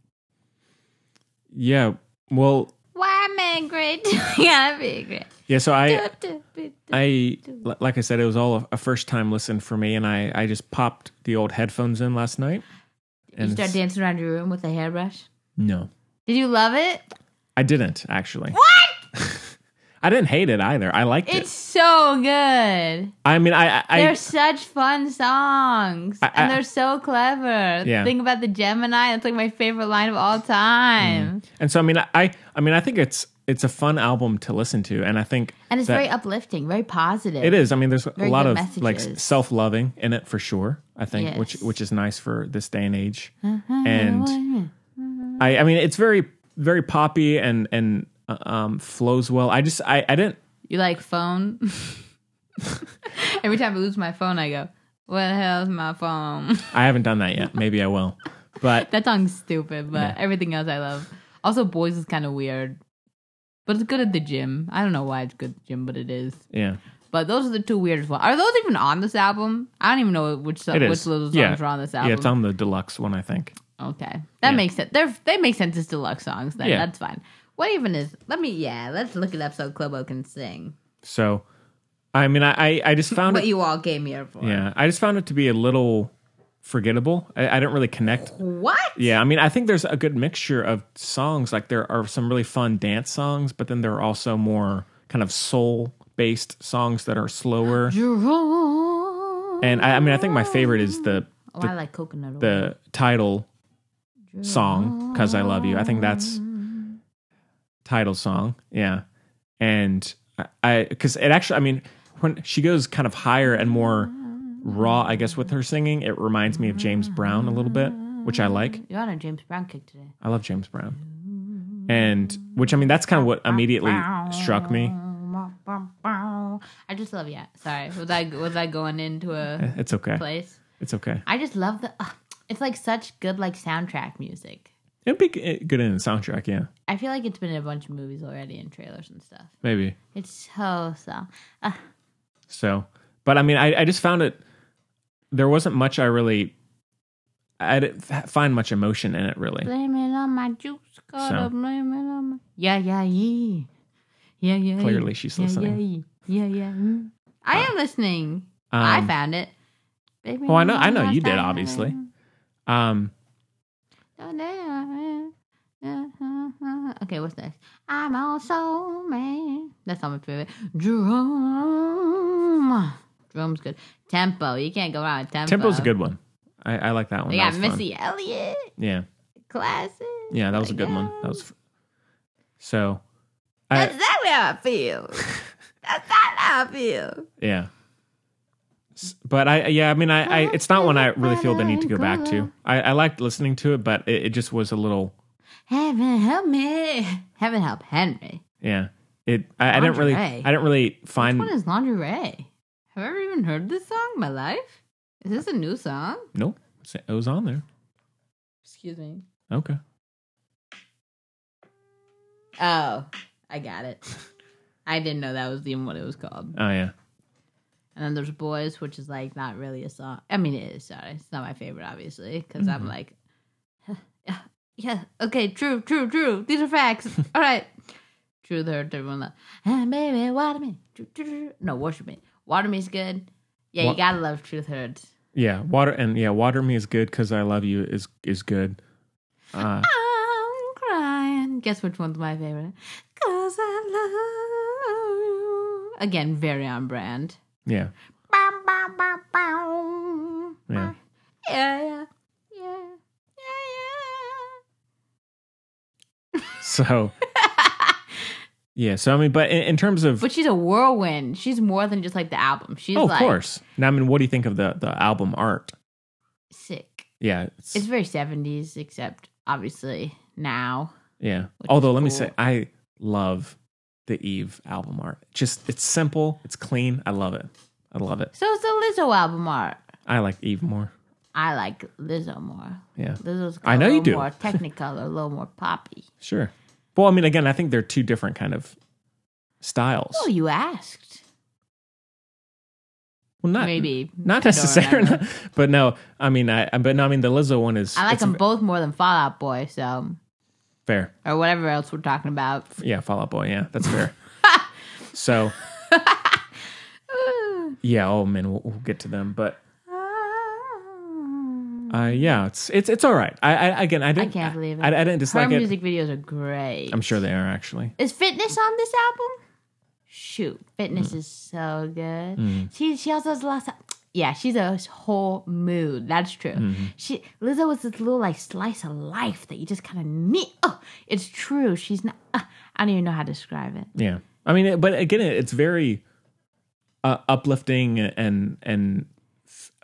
yeah. Well, Why man great? yeah, be great. yeah. So I, I, I, li- like I said, it was all a, a first time listen for me, and I, I just popped the old headphones in last night. you And start dancing around your room with a hairbrush. no, Did you love it? I didn't actually. What? I didn't hate it either. I liked it. It's so good. I mean, I, I, I They're such fun songs, I- and I- they're so clever. Yeah. The thing about the Gemini—that's like my favorite line of all time. And so I mean I I mean I think it's it's a fun album to listen to and I think And it's that- very uplifting, very positive. it is. I mean there's a Very lot good of like messages. self-loving in it for sure, I think, which Yes. Uh-huh. which is nice for this day and age. and I I mean it's very very poppy and and uh, um flows well. I just I I didn't You like phone? Every time I lose my phone, I go, "Where the hell's my phone?" I haven't done that yet. Maybe I will. But that song's stupid, but everything else I love. Also, Boys is kind of weird, but it's good at the gym. I don't know why it's good at the gym, but it is. yeah. But those are the two weirdest ones. Are those even on this album? I don't even know which so- It which is. of those songs yeah. are on this album. Yeah, it's on the deluxe one, I think. Okay, that makes sense. They're, they make sense as deluxe songs. Then Yeah. that's fine. What even is? Let me. Yeah, let's look it up so Clobo can sing. So I mean I I, I just found What it you all gave me here for? yeah, I just found it to be a little forgettable. I, I didn't really connect What? Yeah, I mean, I think there's a good mixture of songs. Like there are some really fun dance songs, but then there are also more kind of soul based songs that are slower. Jerome. And I, I mean, I think my favorite is the Oh, I like coconut oil. the title song "Cause I Love You." I think that's title song. Yeah, and I because it actually, I mean, when she goes kind of higher and more raw, I guess with her singing, it reminds me of James Brown a little bit, which I like. You're on a James Brown kick today. I love James Brown. And which I mean that's kind of what immediately struck me. I just love yeah. Sorry, was I was I going into a It's okay. place? It's okay. I just love the. ugh, it's like such good like soundtrack music. It'd be g- good in a soundtrack, yeah. I feel like it's been in a bunch of movies already and trailers and stuff. Maybe. It's so so. Uh, So, but I mean I I just found it there wasn't much I really I didn't f- find much emotion in it really. blame it on my juice. Gotta So. blame it on my. Yeah yeah yeah. Yeah yeah. Clearly yeah. she's yeah, listening. Yeah yeah. yeah, yeah. mm. I am listening. I Um, found it. Baby, well, I know I know lost you did that. obviously. Um Okay, what's next? I'm also man. That's not my favorite. Drum. Drum's good. Tempo. You can't go wrong with tempo. Tempo's a good one. I, I like that one. They That got was fun. Missy Elliott, Yeah, classic. yeah, that was a good one. That was f- so. I- That's exactly how I feel. That's not how I feel. Yeah. S- But I, yeah, I mean, I, I, it's not one I really feel the need to go back to. I, I liked listening to it, but it, it just was a little, Heaven help me. Heaven help Henry. yeah. It, I, I didn't really, I Lingerie. didn't really Which find. one is Laundry Ray? Have I ever even heard this song in my life? Is this a new song? Nope, it's- it was on there. Excuse me. Okay, Oh, I got it. I didn't know that was even what it was called. oh yeah, And then there's Boys, which is like not really a song. I mean, it is. Sorry, it's not my favorite, obviously, because Mm-hmm. I'm like, yeah, yeah, okay, true, true, true. These are facts. All right, true. There, everyone. Love. Hey, baby, water me. True, true, true. No, worship me. Water me's good. Yeah, Wa- you gotta love Truth Hurts. yeah. Water and yeah, water me is good because I love you is is good. Uh, I'm crying. Guess which one's my favorite? Cause I love you. Again, very on brand. yeah, Bam, bam, bam, bam. yeah. Yeah, yeah, yeah, yeah, So, yeah. yeah. So I mean, but in, in terms of, but she's a whirlwind. She's more than just like the album. She's oh, of like course. Now, I mean, what do you think of the the album art? sick. Yeah, It's very seventies, except obviously now. Yeah. which Although, is let me cool. say, I love the Eve album art. Just it's simple, it's clean. I love it. I love it. So it's the Lizzo album art. I like Eve more. I like Lizzo more. Yeah, Lizzo's got I know a you little do. more technicolor, a little more poppy. sure. Well, I mean, again, I think they're two different kind of styles. Oh, you asked. Well, not Maybe not I don't necessarily, remember. but no. I mean, I but no. I mean, the Lizzo one is I like it's them both more than Fallout Boy, so fair. or whatever else we're talking about. Yeah, Fall Out Boy. Yeah, that's fair. so yeah. Oh man, we'll, we'll get to them, but. Uh, yeah, it's it's it's all right. I, I again, I I didn't. can't believe it. I, I didn't dislike Her it. music videos are great. I'm sure they are actually. Is fitness on this album? Shoot, fitness Hmm. is so good. She she also has lots of yeah. She's a whole mood. That's true. Hmm. She Lizzo was this little like slice of life that you just kind of need. Oh, it's true. She's not. uh, I don't even know how to describe it. Yeah, I mean, it- but again, it- it's very uh, uplifting and and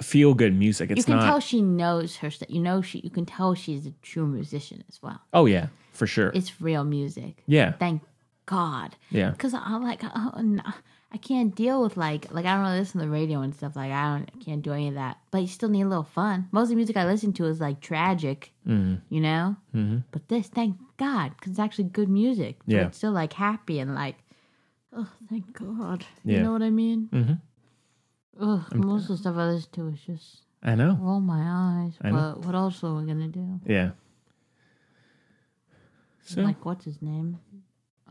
feel good music. It's you can not. tell she knows her stuff. You know she. You can tell she's a true musician as well. oh yeah, for sure. It's real music. Yeah, Thank God. yeah, Cause I'm like, oh, no, I can't deal with like, like I don't really listen to the radio and stuff. Like I don't, can't do any of that. But you still need a little fun. Most of the music I listen to is like tragic, you know. Mm-hmm. But this, thank God, because it's actually good music. But Yeah. it's still like happy and like, oh, thank God. Yeah. You know what I mean? Mhm. Ugh, most of the stuff I listen to is just I know. roll my eyes. I know. But what else are we gonna do? Yeah. So Like what's his name?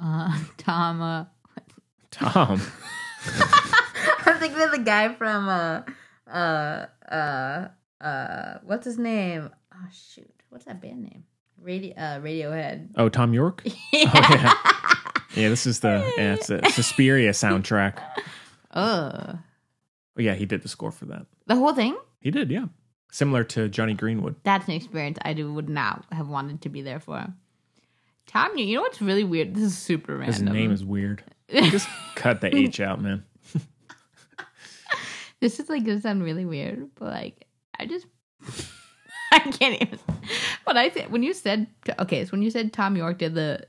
Uh, Tom. Uh, Tom, I'm thinking of the guy from uh uh uh uh what's his name? Oh shoot, what's that band name? Radio uh Radiohead. oh Tom York. Oh yeah, yeah. This is the yeah, it's a Suspiria soundtrack. Ugh. Oh, yeah, he did the score for that. The whole thing? He did. Yeah, similar to Johnny Greenwood. That's an experience I do, would not have wanted to be there for. Tom, you you know what's really weird? This is super random. His name is weird. Just cut the H out, man. This is like gonna sound really weird, but like I just I can't even. When I said when you said okay, so when you said Tom York did the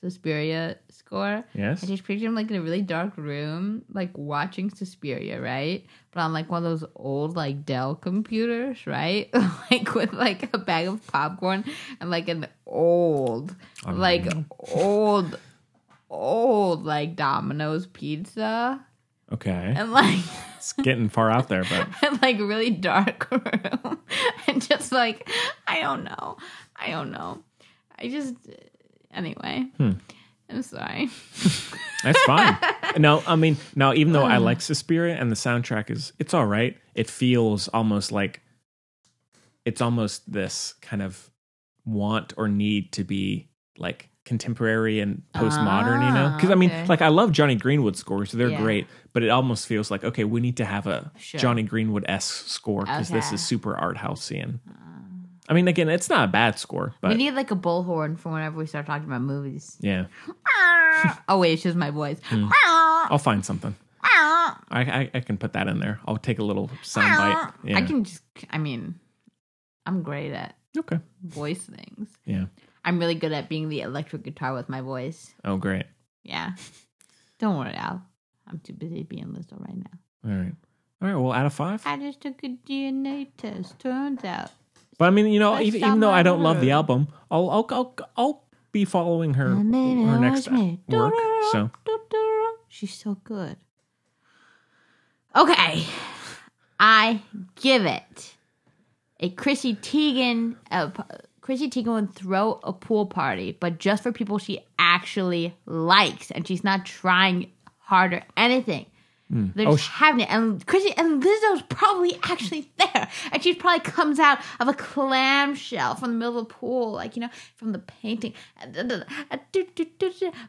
Suspiria score, Yes. I just pictured him like in a really dark room, like watching Suspiria, right? But on like one of those old like Dell computers, right? like with like a bag of popcorn and like an old, like old, old like Domino's pizza Okay, and like it's getting far out there, but and like really dark room and just like i don't know i don't know i just anyway Hmm. i'm sorry That's fine. no, I mean, now even though I Uh. like Suspiria and the soundtrack is it's all right, it feels almost like it's almost this kind of want or need to be like contemporary and postmodern, you know? Ah, Because I mean, okay. like I love Johnny Greenwood scores; they're Yeah. great. But it almost feels like okay, we need to have a Sure. Johnny Greenwood esque score because this Okay. Ah. is super art housey. And I mean, again, it's not a bad score, we but need like a bullhorn for whenever we start talking about movies. yeah, oh wait, it's just my voice. Hmm. I'll find something. I, I I can put that in there. I'll take a little sound bite. Yeah. I can just. I mean, I'm great at okay. voice things. Yeah. I'm really good at being the electric guitar with my voice. Oh, great. Yeah. Don't worry, Al. I'm too busy being Lizzo right now. All right. All right. Well, out of five. I just took a DNA test. Turns out. But I mean, you know, That's even, not even though my I don't love the word. album, I'll I'll I'll, I'll be following her And maybe her I next was made. work. So She's so good. Okay. I give it a Chrissy Teigen. A, p- Chrissy Teigen would throw a pool party, but just for people she actually likes, and she's not trying hard or anything. They're Oh, just having it, and Chrissy and Lizzo's probably actually there, and she probably comes out of a clamshell from the middle of the pool, like you know, from the painting. But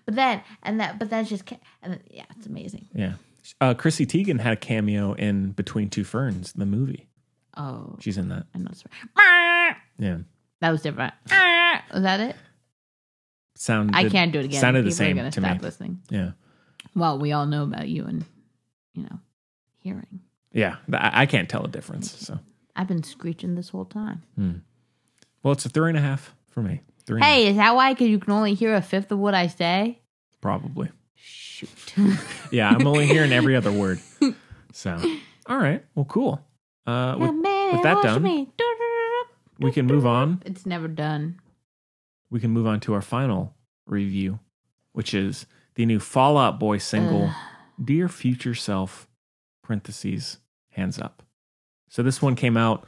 then, and that, but then it's just, ca- and then, yeah, it's amazing. yeah, uh, Chrissy Teigen had a cameo in Between Two Ferns, the movie. Oh, She's in that. I know it's right. Yeah, That was different. Was that it? sound. I can't do it again. Sounded the People are same gonna to me. stop listening. Yeah, Well, we all know about you and you know, hearing. yeah. Th- I, I can't tell a difference. So I've been screeching this whole time. well, it's a three and a half for me. Three. and a half, Hey, is that why? Because you can only hear a fifth of what I say. probably. Shoot. Yeah, I'm only hearing every other word. So all right. Well, cool. Uh, with, with that done, we can move on. It's never done. we can move on to our final review, which is the new Fallout Boy Uh, single, Dear Future Self, parentheses, hands up. So this one came out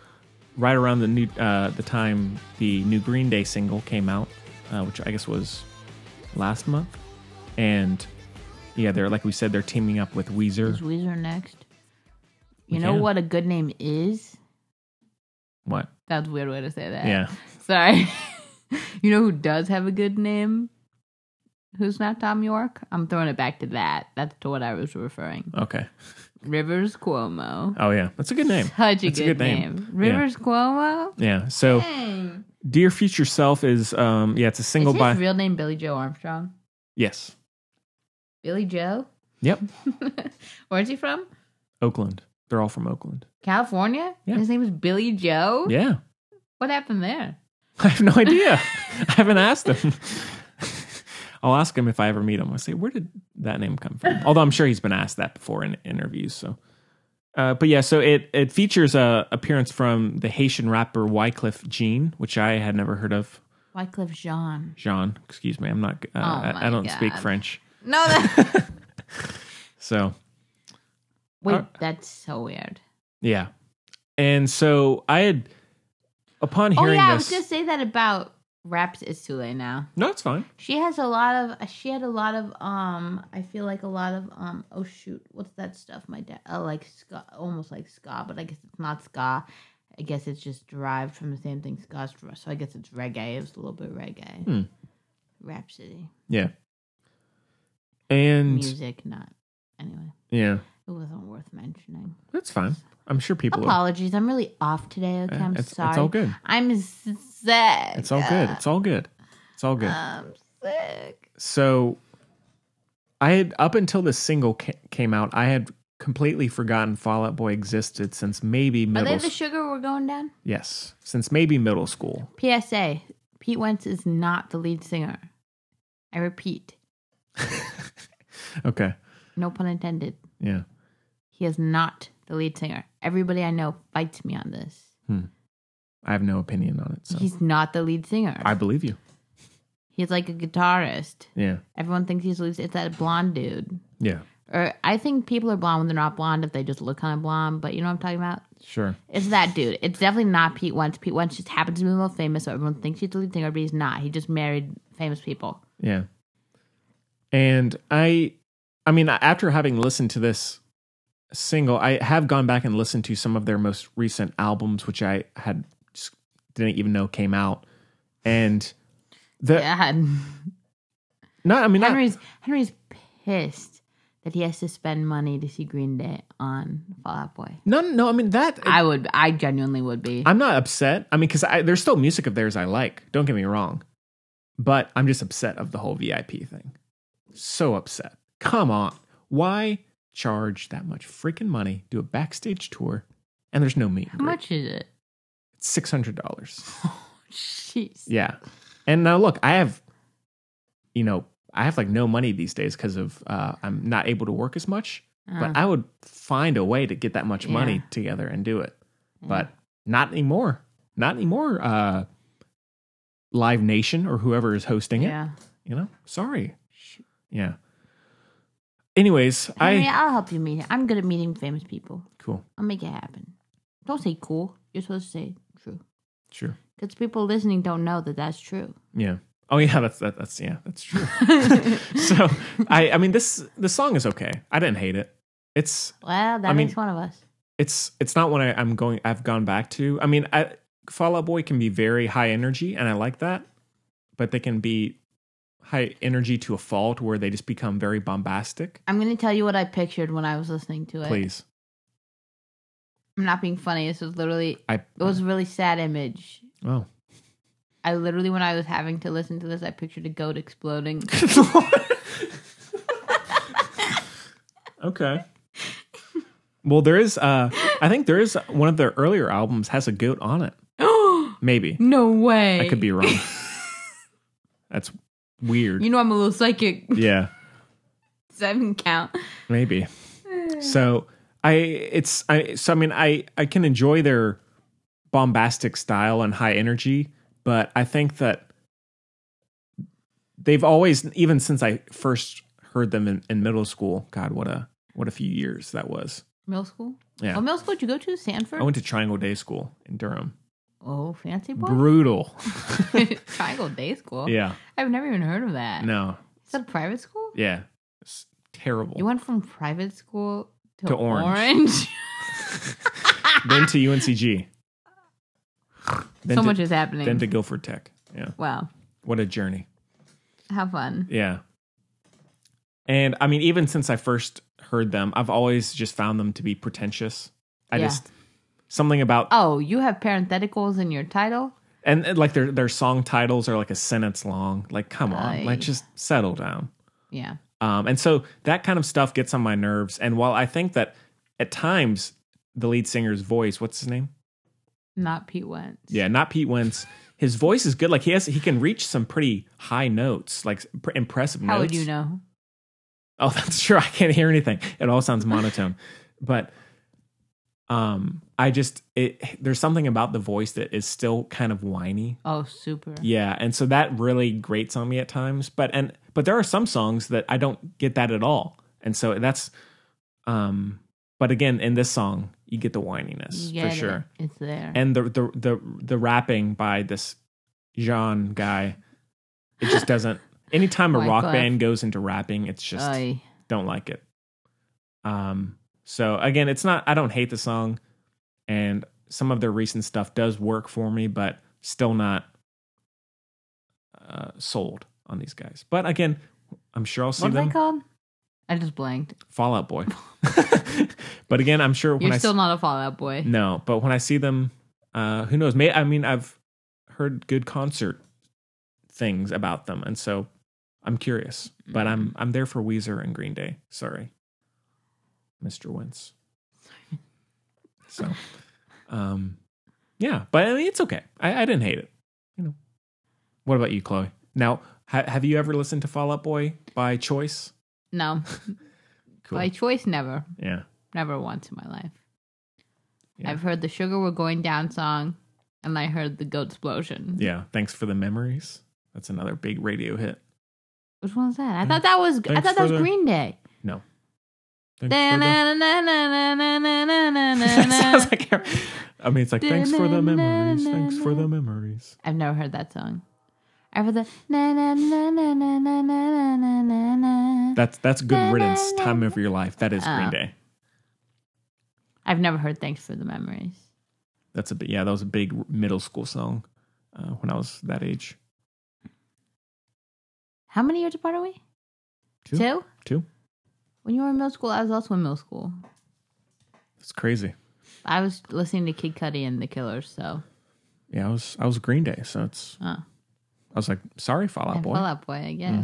right around the new uh, the time the new Green Day single came out, uh, which I guess was last month. And yeah, they're like we said, they're teaming up with Is Weezer. Weezer next? We You know can. what a good name is? What? That's a weird way to say that. Yeah. Sorry. you know who does have a good name? Who's not Tom York? I'm throwing it back to that. That's to what I was referring. Okay. Rivers Cuomo. Oh yeah, that's a good name. Such a, It's good, name. Yeah. Oh. Rivers Cuomo? Yeah. So, Dang. Dear Future Self is um yeah, it's a Is single his by real name Billy Joe Armstrong? yes. Billy Joe? Yep. Where's he from? Oakland. They're all from Oakland. California? Yeah. His name is Billy Joe? Yeah. What happened there? I have no idea. I haven't asked them. I'll ask him if I ever meet him. I say, where did that name come from? Although I'm sure he's been asked that before in interviews. So, uh, but yeah, so it it features a appearance from the Haitian rapper Wyclef Jean, which I had never heard of. Wycliffe Jean. Jean, excuse me, I'm not. Uh, I, I Oh my don't speak God. French. No, that- So Wait, Uh, that's so weird. yeah, and so I had upon hearing oh, yeah, I was this. just say that about Raps is too late now. no, it's fine. She has a lot of. uh, She had a lot of. Um, I feel like a lot of. Um, oh shoot, what's that stuff? My dad, uh, like ska, almost like ska, but I guess it's not ska. I guess it's just derived from the same thing ska's derived. So I guess it's reggae. It was a little bit reggae. Hmm. Rhapsody Yeah. And music, not anyway. yeah, It wasn't worth mentioning. that's fine. I'm sure people. Are, Apologies, I'm really off today. Okay, Yeah, I'm it's- it's sorry. all good. I'm sick. it's all good. It's all good. It's all good. I'm sick. So, I had up until this single ca- came out, I had completely forgotten Fallout Boy existed since maybe Are middle. they the s- sugar we're going down? yes, since maybe middle school. PSA: Pete Wentz is not the lead singer. I repeat, Okay. no pun intended. Yeah. He is not the lead singer. Everybody I know fights me on this. I have no opinion on it. So He's not the lead singer. I believe you. He's like a guitarist. Yeah. Everyone thinks he's the lead. It's that blonde dude. Yeah. Or I think people are blonde when they're not blonde if they just look kind of blonde. But you know what I'm talking about? Sure. It's that dude. It's definitely not Pete Wentz. Pete Wentz just happens to be the most famous, so everyone thinks he's the lead singer, but he's not. He just married famous people. Yeah. And I I mean after having listened to this single, I have gone back and listened to some of their most recent albums which I had just didn't even know came out. And The, yeah. No, I mean, not- Henry's Henry's pissed that he has to spend money to see Green Day on Fall Out Boy. no, no, I mean that. I would. I genuinely would be. I'm not upset. I mean, because there's still music of theirs I like. Don't get me wrong, but I'm just upset of the whole VIP thing. So upset. Come on, why charge that much freaking money? Do a backstage tour, and there's no meet. How much is it? Six hundred dollars. Jeez. Yeah. And now look, I have, you know, I have like no money these days because of uh, I'm not able to work as much. Uh, But I would find a way to get that much money Yeah. together and do it. yeah. But not anymore. Not anymore. Uh, Live Nation or whoever is hosting it. yeah, You know, sorry. Shoot. Yeah. Anyways, Henry, I I, will help you meet. I'm good at meeting famous people. cool. I'll make it happen. Don't say cool. You're supposed to say true, Sure. because people listening don't know that that's true. Yeah. Oh yeah, that's that, that's yeah, that's true. so I I mean this the song is okay. I didn't hate it. It's Well, that I mean- makes one of us. it's it's not one I, I'm going I've gone back to. I mean, I Fall Out Boy can be very high energy, and I like that, but they can be high energy to a fault where they just become very bombastic. I'm gonna tell you what I pictured when I was listening to it. Please, I'm not being funny. This was literally. I It was a really sad image. oh I literally, when I was having to listen to this, I pictured a goat exploding. okay. Well, there is. Uh, I think there is one of their earlier albums has a goat on it. Maybe no way. I could be wrong. That's weird. You know, I'm a little psychic. yeah. Seven count. maybe so i it's i so i mean i i can enjoy their bombastic style and high energy but i think that they've always even since i first heard them in, in middle school god what a what a few years that was Middle school? Yeah. What middle school did you go to? Sanford? i went to triangle day school in durham oh, fancy boy. brutal Triangle Day School? yeah I've never even heard of that. no Is that private school? yeah it's terrible You went from private school to, To Orange. orange? then to uncg then so to, much is happening. then to guilford tech yeah wow. what a journey Have fun. Yeah. And I mean, even since I first heard them, I've always just found them to be pretentious. I Yeah. just something about Oh, you have parentheticals in your title? and, and, like their their song titles are like a sentence long. Like, come on, Aye. like just settle down. Yeah. Um, and so that kind of stuff gets on my nerves. And while I think that at times the lead singer's voice, what's his name? Not Pete Wentz. Yeah, not Pete Wentz. His voice is good. Like he has, he can reach some pretty high notes, like pr- impressive How notes. would you know? Oh, that's true. I can't hear anything. It all sounds monotone. but um I just it there's something about the voice that is still kind of whiny. Oh, super. Yeah, and so that really grates on me at times. But and but there are some songs that I don't get that at all. And so that's um but again, in this song, you get the whininess You get for it. sure. It's there. And the the the the rapping by this Jean guy it just doesn't anytime a Wyclef. rock band goes into rapping, it's just Oy. don't like it. Um, so again, it's not I don't hate the song, and some of their recent stuff does work for me, but still not uh, sold on these guys. But again, I'm sure I'll see what are they them called? I just blanked. Fallout Boy. but again, I'm sure when You're I still s- not a Fallout boy. no, but when I see them, uh, who knows? May I mean I've heard good concert things about them, and so I'm curious. But I'm I'm there for Weezer and Green Day. Sorry, Mr. Wentz. So, um, yeah, but I mean it's okay. I, I didn't hate it. You know. What about you, Chloe? Now, ha- have you ever listened to Fall Out Boy by choice? No. Cool. By choice, never. yeah. Never once in my life. Yeah. I've heard the Sugar We're Going Down song, and I heard the Goat Explosion. Yeah. Thanks for the memories. That's another big radio hit. Which one's that? I thought that was I Mm. Thanks thought for that was the- Green Day. No. Thanks for the- Sounds I've like- I mean, it's like thanks for the memories, thanks for the memories. never heard that song. I heard the na na na na na na na na na na. That's that's good riddance. Ah. Time of your life. That is Green Oh. Day. I've never heard Thanks for the Memories. That's a bi- yeah. That was a big middle school song uh, when I was that age. How many years apart are we? Two. Two? Two. When you were in middle school, I was also in middle school. It's crazy. I was listening to Kid Cudi and The Killers, so Yeah, I was I was Green Day, so it's uh, I was like, sorry, Fallout and Boy. Mm-hmm, Fall Out Boy, I guess.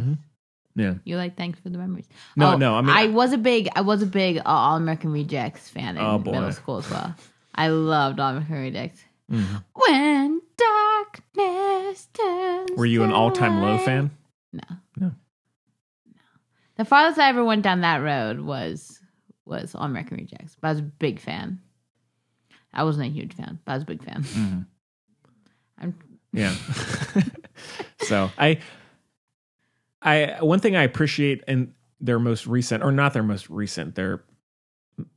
Yeah. You're like, thanks for the memories. Oh, No, no, I mean- I was a big, I was a big uh, All American Rejects fan in Oh, boy. middle school as well. I loved All American Rejects. mm-hmm. When darkness turns, Were you an to all time low light. fan? No, No. The farthest I ever went down that road was was All American Rejects, but I was a big fan. I wasn't a huge fan, but I was a big fan. I'm Mm-hmm. Yeah. so I, I one thing I appreciate in their most recent, or not their most recent, their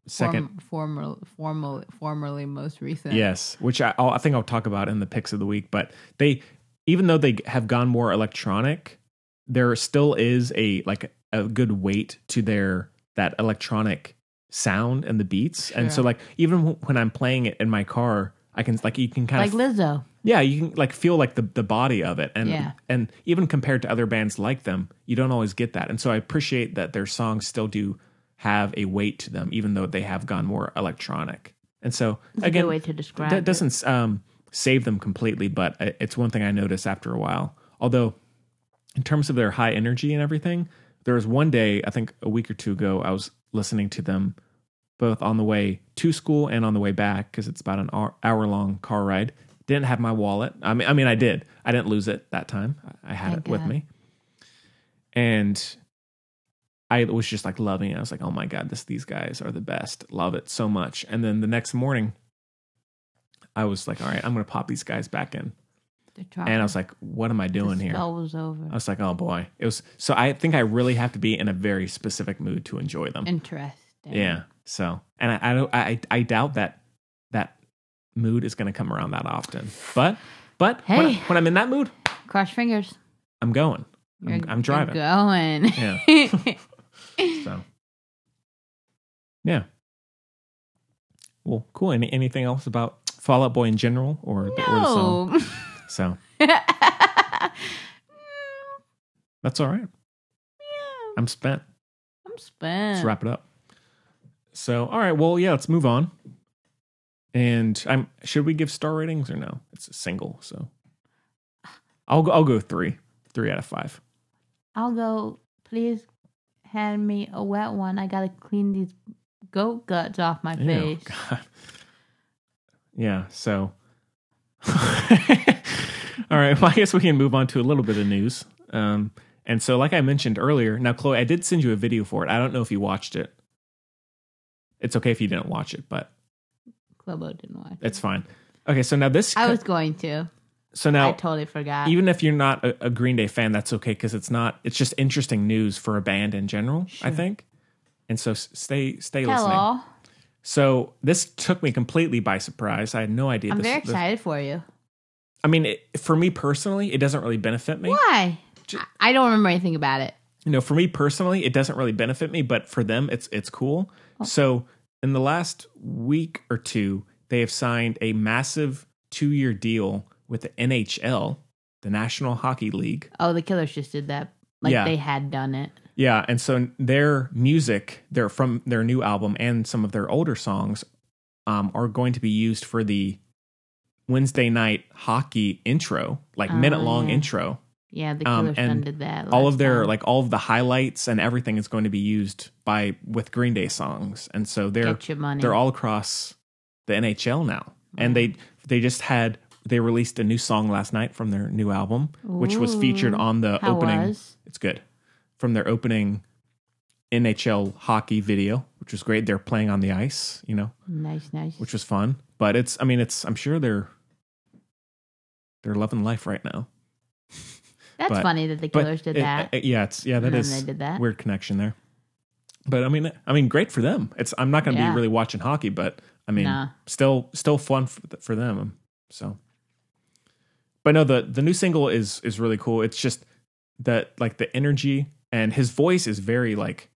second, form, former, former, formerly most recent. yes, which I, I'll, I think I'll talk about in the picks of the week. But they, even though they have gone more electronic, there still is a like a good weight to their that electronic sound and the beats. And so Sure. like even when I'm playing it in my car, I can like you can kind like of Lizzo. yeah you can like feel like the, the body of it and Yeah. and even compared to other bands like them you don't always get that and so i appreciate that their songs still do have a weight to them even though they have gone more electronic and so It's a again good way to describe that it. doesn't um, save them completely but i- it's one thing i noticed after a while although in terms of their high energy and everything there was one day i think a week or two ago i was listening to them both on the way to school and on the way back because it's about an hour, hour long car ride. Didn't have my wallet. I mean, I mean, I did. I didn't lose it that time. I- I had Thank it with God. me, and I was just like loving it. I was like, oh my god, this these guys are the best. Love it so much. And then the next morning, I was like, all right, I'm gonna pop these guys back in. The And I was like, what am I doing here? Spell was over. I was like, oh boy, it was. So I think I really have to be in a very specific mood to enjoy them. Interesting. Yeah. So, and I, I don't, I, I doubt that that mood is going to come around that often. But, but when, I, Hey. am in that mood, Cross fingers. I'm going. I'm, You're- I'm driving. You're going. Yeah. So, yeah. Well, cool. Any, anything else about Fall Out Boy in general, or the, or the song? no. So that's all right. I'm spent. I'm spent. Let's wrap it up. So, all right. Well, yeah. Let's move on. And I'm. Should we give star ratings or no? It's a single, so I'll go. I'll go three. Three out of five. I'll go. Please hand me a wet one. I gotta clean these goat guts off my Ew, face. Oh, God. Yeah. So. all right. Well, I guess we can move on to a little bit of news. Um. And so, like I mentioned earlier, now Chloe, I did send you a video for it. I don't know if you watched it. It's okay if you didn't watch it, but Clobo didn't watch. it's fine. Okay, so now this. I was going to. so now I totally forgot. even if you're not a, a Green Day fan, that's okay because it's not. It's just interesting news for a band in general, I think. And so s- stay stay listening. Hello. So this took me completely by surprise. I had no idea. I'm this, very this- excited for you. I mean, it, for me personally, it doesn't really benefit me. Why? I- I don't remember anything about it. You know, for me personally, it doesn't really benefit me, but for them, it's it's cool. Oh. So in the last week or two, they have signed a massive two year deal with the NHL, the National Hockey League. Oh, the Killers just did that. Like Yeah. they had done it. Yeah, and so their music, their from their new album and some of their older songs, um, are going to be used for the Wednesday night hockey intro, like Oh, minute long yeah. intro. Yeah, the Um, Killers and done did that. all last of their time. like all of the highlights and everything is going to be used by with Green Day songs, and so they're get your money. they're all across the NHL now, and they they just had they released a new song last night from their new album, which was featured Ooh. on the How opening. was? It's good from their opening NHL hockey video, which was great. They're playing on the ice, you know, nice, nice. which was fun. But it's I mean it's I'm sure they're they're loving life right now. That's but- funny that the But Killers did it- that. it- yeah, it's yeah that And then is they did that. weird connection there. But I mean, I mean, great for them. It's I'm not going to Yeah. be really watching hockey, but I mean, Nah. still still fun for, th- for them. So, but no, the the new single is is really cool. It's just that like the energy and his voice is very like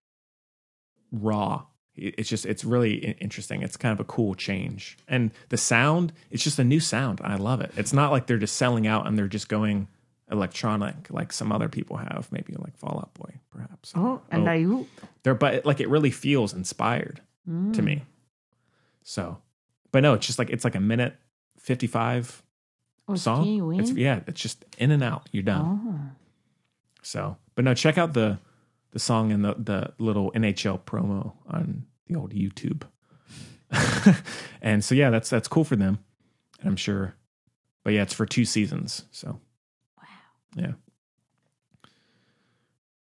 raw. It- It's just it's really i- interesting. It's kind of a cool change, and the sound it's just a new sound. I love it. It's not like they're just selling out and they're just going electronic like some other people have, maybe like Fall Out Boy, perhaps. Oh, and Oh. I ooh. There, but like it really feels inspired Mm. to me. So, but no, it's just like it's like a minute fifty-five Oh, song. Ski Wing? It's yeah, it's just in and out. You're done. Oh. So, but no, check out the the song and the the little NHL promo on the old YouTube. and so yeah, that's that's cool for them, and I'm sure. But yeah, it's for two seasons. So wow, yeah.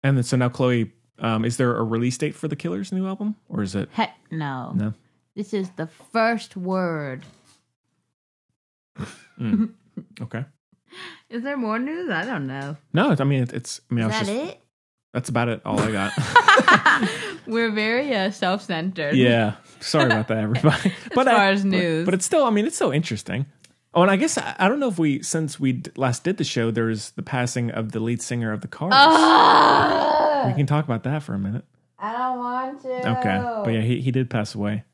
And then so now, Chloe, um, is there a release date for the Killers' new album, or is it Heck no. no? This is the first word. mm, Okay, Is there more news? I don't know. no. I mean, it, it's. I mean, I Is was that just, it? That's about it. All I got. We're very uh, self-centered. Yeah. Sorry about that, everybody. but far I- as but- news. But, it's still, I mean, it's still interesting. Oh, and I guess I, I don't know if we, since we d- last did the show, there's the passing of the lead singer of the Cars. Oh. We Ugh! can talk about that for a minute. I don't want to. Okay. But yeah, he, he did pass away.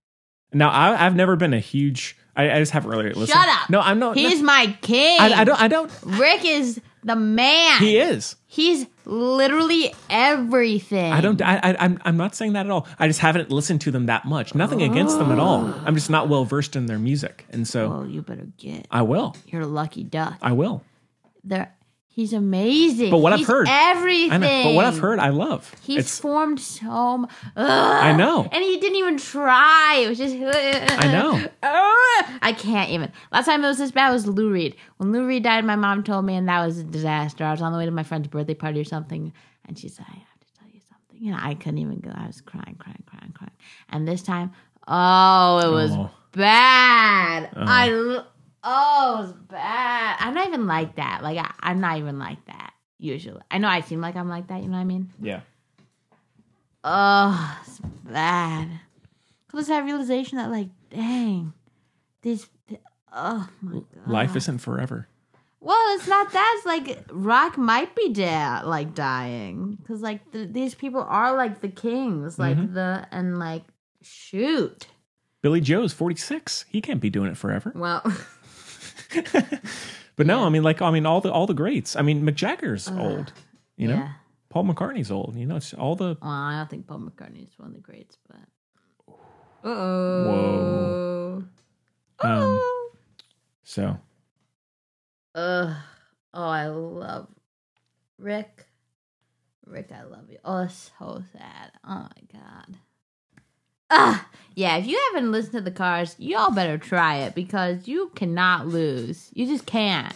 Now, I, I've never been a huge, I, I just haven't really listened. Shut up. No, I'm not. He's my king. I, I don't, I don't. Rick is the man. He is. He's literally everything. I don't. I, I. I'm. I'm not saying that at all. I just haven't listened to them that much. Nothing against them at all. Oh. I'm just not well versed in their music, and so Well, you better get I will. your lucky duck. I will. There, he's amazing. But what I've He's heard- everything. I know, but what I've heard, I love. he's it's formed so. Much, I know. and he didn't even try. It was just. I know. Ugh. I can't even. Last time it was this bad was Lou Reed. When Lou Reed died, my mom told me, and that was a disaster. I was on the way to my friend's birthday party or something, and she said, "I have to tell you something," and I couldn't even go. I was crying, crying, crying, crying. And this time, oh, it was Oh. bad. I l- oh, it was bad. I'm not even like that. Like I, I'm not even like that usually. I know I seem like I'm like that. You know what I mean? Yeah. Oh, it's bad. Cause that realization that like, dang, these. th- Oh my god. Life isn't forever. Well, it's not that. It's like Rock might be dead, like dying, because like th- these people are like the kings, like Mm-hmm. the and like shoot. Billy Joe's 46. He can't be doing it forever. Well, But no, I mean, like, I mean, all the all the greats. I mean, Mick Jagger's old. You know, yeah. Paul McCartney's old. You know, it's all the. Well, I don't think Paul McCartney is one of the greats, but. Uh oh. Whoa. Um, So Ugh. Oh, I love Rick. Rick, I love you. Oh, it's so sad. Oh my god. Ugh. Yeah, if you haven't listened to the cars, y'all better try it because you cannot lose. You just can't.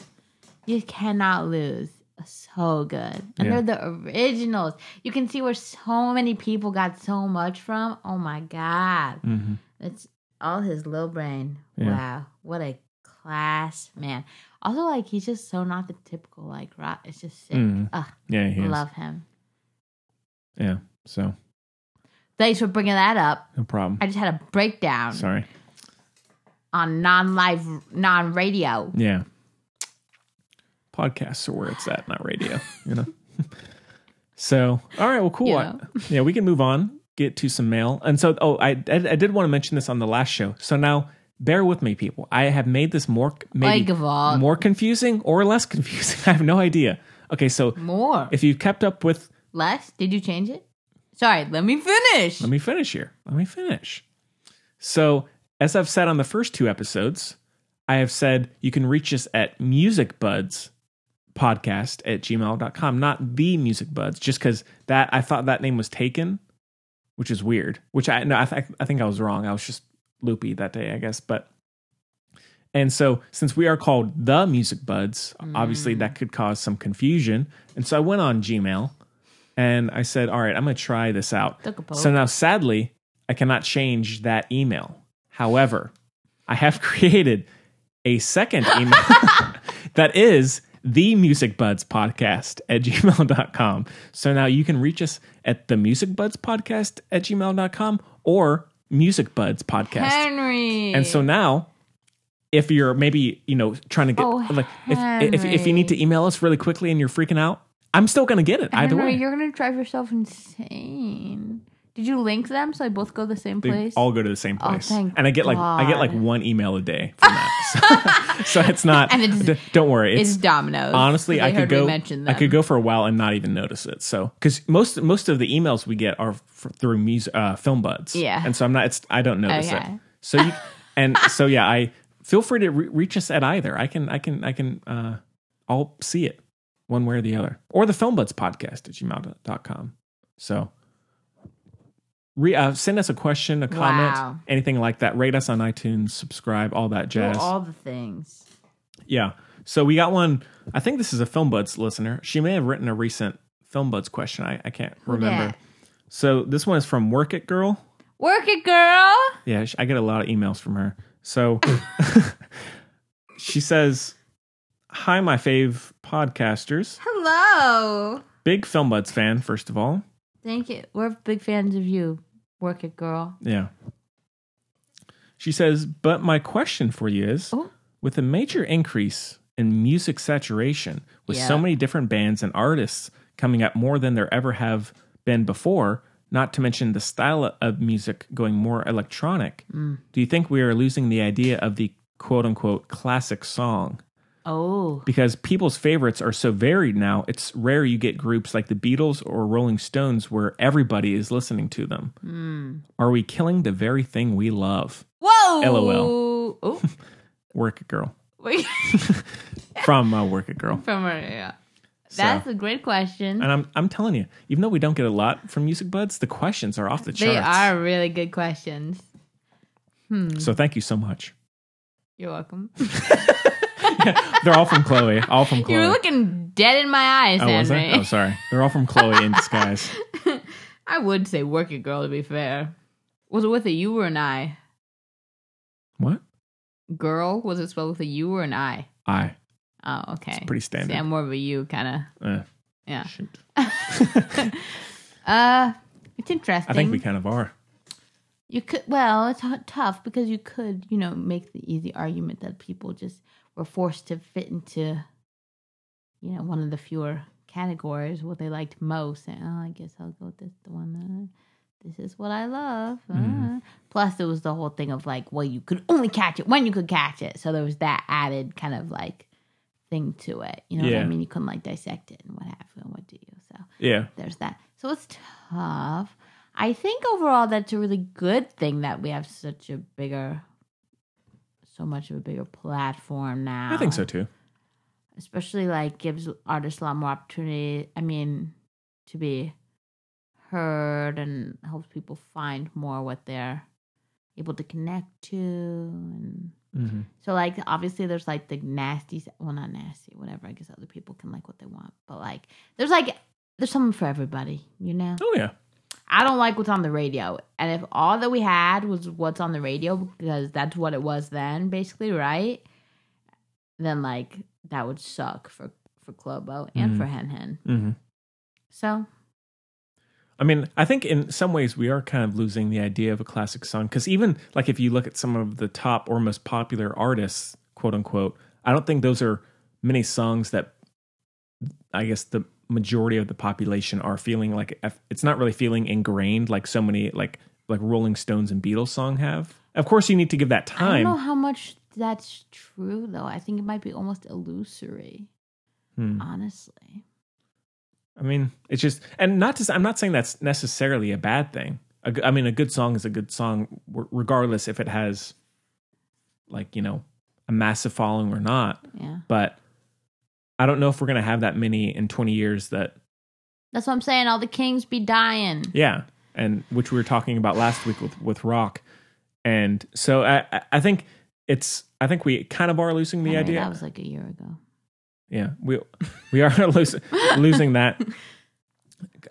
You cannot lose. So good. And Yeah. they're the originals. You can see where so many people got so much from. Oh my god. mhm. It's all his little brain. Yeah. Wow, what a class man. Also, like he's just so not the typical like rock. It's just sick. Mhm. Ugh, yeah, he is. love him. Yeah. So Thanks for bringing that up. no problem. I just had a breakdown Sorry. on non-live, non-radio. Yeah. Podcasts are where it's at, not radio. You know. so all right, well, cool. You I- know. yeah, we can move on. Get to some mail. And so, oh, I I, I did want to mention this on the last show. So now, bear with me, people. I have made this more c- maybe Like of all- more confusing or less confusing. I have no idea. Okay, so More, if you've kept up with less. Did you change it? Sorry, let me finish. Let me finish here. Let me finish. So, as I've said on the first two episodes, I have said you can reach us at musicbuds podcast at gmail.com, not the music buds, just because that I thought that name was taken, which is weird. Which I no, I, th- I think I was wrong. I was just loopy that day, I guess. But and so since we are called the music buds, obviously that Mm. could cause some confusion. And so I went on Gmail and I said, all right, I'm gonna try this out. Took a poke. So now sadly, I cannot change that email. However, I have created a second email that is the music buds podcast at gmail.com so now you can reach us at the music buds podcast at gmail.com or music buds podcast Henry. and so now if you're maybe you know trying to get Oh, like if, if, if you need to email us really quickly and you're freaking out i'm still gonna get it either Henry, way you're gonna drive yourself insane. Did you link them so they both go the same They place? all go to the same Oh, place, thank and I get like I get like God. one email a day from that. So, so it's not. And it's- d- don't worry. it's, It's, Domino's. honestly They I could heard me go. mention I them. could go for a while and not even notice it. So because most most of the emails we get are f- through mus uh, film buds. Yeah. and so I'm not. It's I don't notice Okay. it. So you and so yeah. I feel free to re- reach us at either. I can I can I can. uh I'll see it one way or the other, or the film buds podcast at gmail.com. So re, uh, send us a question, a comment, Wow. anything like that. Rate us on iTunes, subscribe, all that Do jazz. all the things. yeah. So we got one. I think this is a film buds listener. She may have written a recent film buds question. I, I can't remember. dat? So this one is from Work It Girl. Work it, girl. Yeah, sh- I get a lot of emails from her. So she says, "Hi, my fave podcasters, Hello. big film buds fan. First of all, Thank you. We're big fans of you. Work it, girl. Yeah. She says, but my question for you is Oh. with a major increase in music saturation, with so Yeah. many different bands and artists coming up more than there ever have been before, not to mention the style of music going more electronic, Mm. do you think we are losing the idea of the quote unquote classic song? Oh, because people's favorites are so varied now. It's rare you get groups like the Beatles or Rolling Stones where everybody is listening to them. Hmm. Are we killing the very thing we love? whoa. LOL. Oh, Work it, girl. wait. From uh, Work It Girl. From her, yeah. That's a great question. And I'm I'm telling you, even though we don't get a lot from Music Buds, the questions are off the charts. They are really good questions. Hmm. So thank you so much. You're welcome. They're all from Chloe. All from Chloe. you were looking dead in my eyes, oh, was I? Henry. Oh, sorry. They're all from Chloe in disguise. I would say work it, girl, to be fair. Was it with a U or an I? What? Girl, was it spelled with a U or an I? I. Oh, okay. pretty standard. See, I'm more of a U kind Uh, of. Yeah. shoot. Uh, it's interesting. I think we kind of are. You could. Well, it's h- tough because you could, you know, make the easy argument that people just were forced to fit into, you know, one of the fewer categories what they liked most. And oh, I guess I'll go with this the one that this is what I love. Uh. Plus, there was the whole thing of like, well, you could only catch it when you could catch it. So there was that added kind of like thing to it. You know what Yeah. I mean? You couldn't like dissect it and what have you and what do you. So Yeah. there's that. So it's tough. I think overall that's a really good thing that we have such a bigger so much of a bigger platform now. I think so too. Especially like gives artists a lot more opportunity I mean to be heard and helps people find more what they're able to connect to and Mm-hmm. so like obviously there's like the nasty well not nasty whatever I guess other people can like what they want but like there's like there's something for everybody you know Oh, yeah. I don't like what's on the radio and if all that we had was what's on the radio because that's what it was then basically right then like that would suck for for Clobo and for Hen Hen Mm-hmm. so I mean, I think in some ways we are kind of losing the idea of a classic song because even like if you look at some of the top or most popular artists, quote unquote, I don't think those are many songs that I guess the majority of the population are feeling like it's not really feeling ingrained like so many like like Rolling Stones and Beatles song have. Of course, you need to give that I don't know time. how much that's true though I think it might be almost illusory Hmm. honestly I mean, it's just, and not to, s- I'm not saying that's necessarily a bad thing. A g- I mean, a good song is a good song, w- regardless if it has, like, you know, a massive following or not. yeah But I don't know if we're going to have that many in 20 years that, that's what I'm saying all the kings be dying yeah. And which we were talking about last week with, with rock. And so I, I- I think it's, I think we kind of are losing the Henry, idea. that was like a year ago Yeah, we we are losing losing that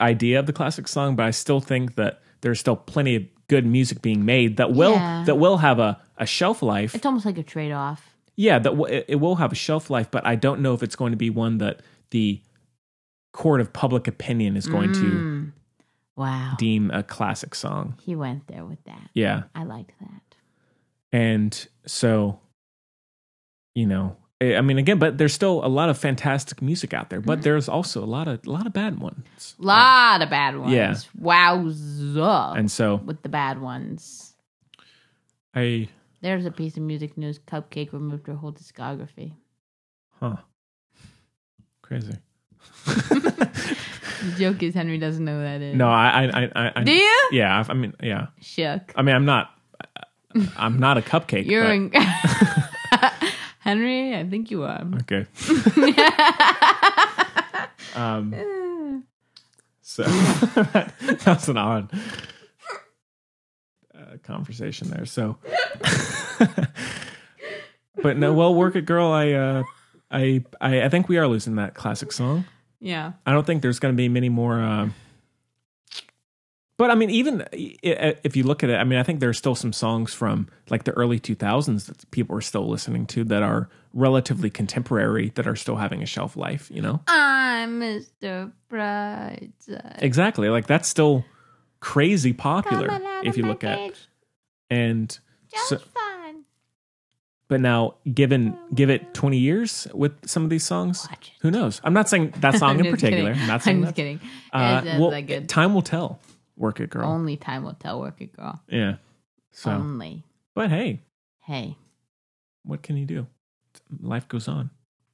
idea of the classic song, but I still think that there's still plenty of good music being made that will Yeah. that will have a, a shelf life. It's almost like a trade off. yeah, that w- it- it will have a shelf life, but I don't know if it's going to be one that the court of public opinion is going Mm. to Wow. deem a classic song. he went there with that. Yeah. I liked that. And so, you know, I mean, again, but there's still a lot of fantastic music out there, but there's also a lot of a lot of bad ones. Mm-hmm. Lot of bad ones. Yeah. Wowza. And so with the bad ones. I, There's a piece of music news. Cupcake removed her whole discography. huh, crazy. The joke is Henry doesn't know who that is. No, I, I, I, I, I Do you? yeah. I, I mean, yeah. Shook. I mean, I'm not. I'm not a cupcake. You're but- in. Henry, I think you are. okay. um, so that's an odd uh, conversation there. So, but no, well, work it, girl. I, uh, I, I, I think we are losing that classic song. yeah. I don't think there's going to be many more. Uh, but I mean, even i- i- if you look at it, I mean, I think there's still some songs from like the early 2000s that people are still listening to that are relatively contemporary that are still having a shelf life. You know, I'm Mr. Brightside. exactly. Like that's still crazy popular Coming out if of you my look at cage, and Just so, fun. but now given give it 20 years with some of these songs Watch it. who knows i'm not saying that song I'm in just particular kidding. I'm not saying I'm just that. kidding. Uh, It's not well, that good. time will tell work it girl Only time will tell, work it, girl. yeah so Only. But hey, Hey, what can you do? Life goes on.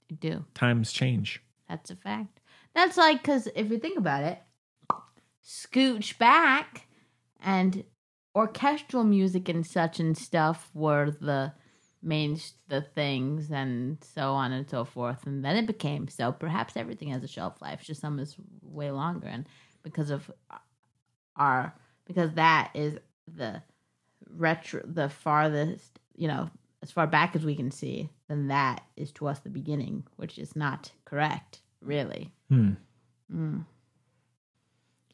I do. Times change. That's a fact. That's like because if you think about it, scooch back, and orchestral music and such and stuff were the main s- the things, and so on and so forth. And then it became so. Perhaps everything has a shelf life. Just some is way longer, and because of uh, our because that is the retro the farthest you know as far back as we can see then that is to us the beginning which is not correct really Hmm. mm.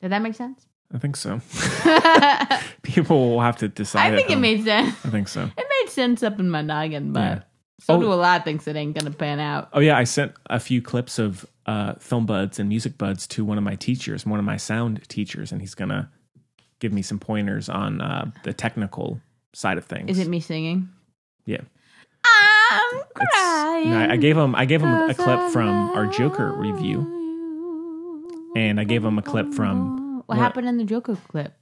did that make sense I think so. i People will have to decide. at think it home. made sense I think so. it made sense up in my noggin but Yeah. so Oh. do a lot of things that ain't gonna pan out Oh yeah, I sent a few clips of uh, film buds and music buds to one of my teachers, one of my sound teachers, and he's gonna give me some pointers on uh, the technical side of things. is it me singing Yeah. i'm It's- crying no, I I gave him. I gave him a 'cause I clip from our love Joker review, you. Oh, and I gave him a clip from. what happened in the joker clip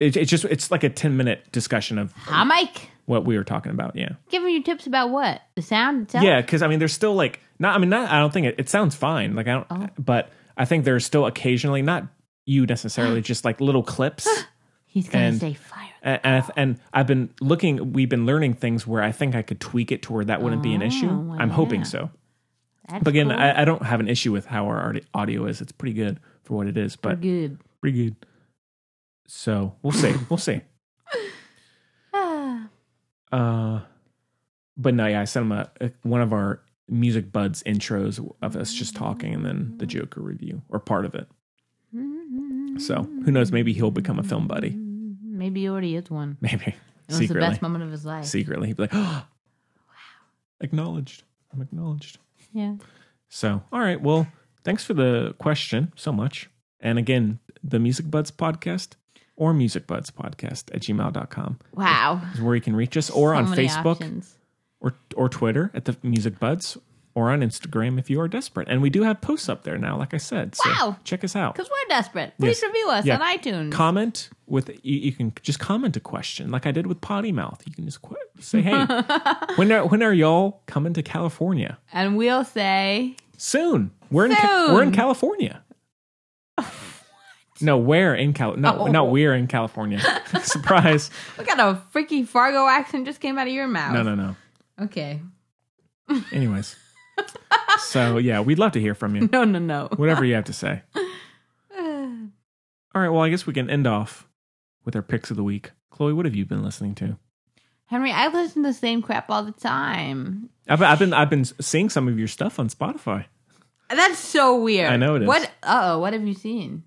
It, it's just it's like a ten minute discussion of hi mike what we were talking about. Yeah. giving you tips about what the sound itself Yeah, because I mean, there's still like not. I mean, not. I don't think it. It sounds fine. Like I don't. Oh. But I think there's still occasionally not you necessarily, just like little clips. He's gonna And- say fire. And, and, I- and I've been looking. We've been learning things where I think I could tweak it to where that wouldn't be an issue. Oh, well, I'm hoping yeah. so. That's But again, cool. I, I don't have an issue with how our audi- audio is. It's pretty good for what it is. But good. pretty good. So we'll see. we'll see. Ah, Uh, but no, yeah, I sent him a, a- one of our music buds intros of us just talking, and then the Joker review or part of it. So who knows? Maybe he'll become a film buddy. Maybe he already is one. Maybe It was the secretly, best moment of his life. secretly, he'd be like, "Wow, acknowledged. I'm acknowledged." Yeah. So all right, well, thanks for the question so much. And again, the Music Buds podcast or Music Buds podcast at gmail.com Wow. is where you can reach us or So on many Facebook. options. or or Twitter at the Music Buds or on Instagram if you are desperate. And we do have posts up there now, like I said. So Wow. check us out. Because we're desperate. Please Yes. review us Yeah. on iTunes. Comment with you, you can just comment a question like I did with Potty Mouth. You can just qu- say, "Hey, when are when are y'all coming to California?" and we'll say Soon. We're in Ca- Soon. we're in California. No, where in Cal? No, Oh. not we're in California. Surprise! we got a freaky Fargo accent just came out of your mouth. No, no, no. Okay. Anyways, so yeah, we'd love to hear from you. No, no, no. Whatever you have to say. All right. Well, I guess we can end off with our picks of the week. Chloe, what have you been listening to? Henry, I listen to the same crap all the time. I've, I've been I've been seeing some of your stuff on Spotify. That's so weird. I know it is. What? Uh oh. What have you seen?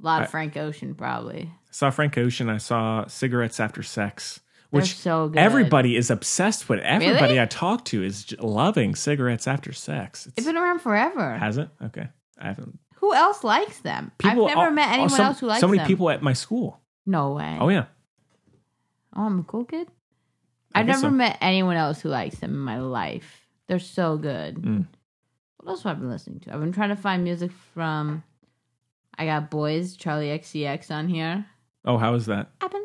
A lot of I- Frank Ocean, probably. I saw Frank Ocean. I saw Cigarettes After Sex, They're which so good. everybody is obsessed with. Everybody Really? I talk to is j- loving Cigarettes After Sex. It's, They've been around forever. hasn't okay. I haven't. Who else likes them? I've never all- met all- anyone some- else who likes so many them. people at my school. No way. Oh yeah, Oh, I'm a cool kid. I I've guess never so. met anyone else who likes them in my life. They're so good. Mm. What else have I been listening to? I've been trying to find music from. I got Boys, Charlie XCX on here. Oh, how is that? I've been-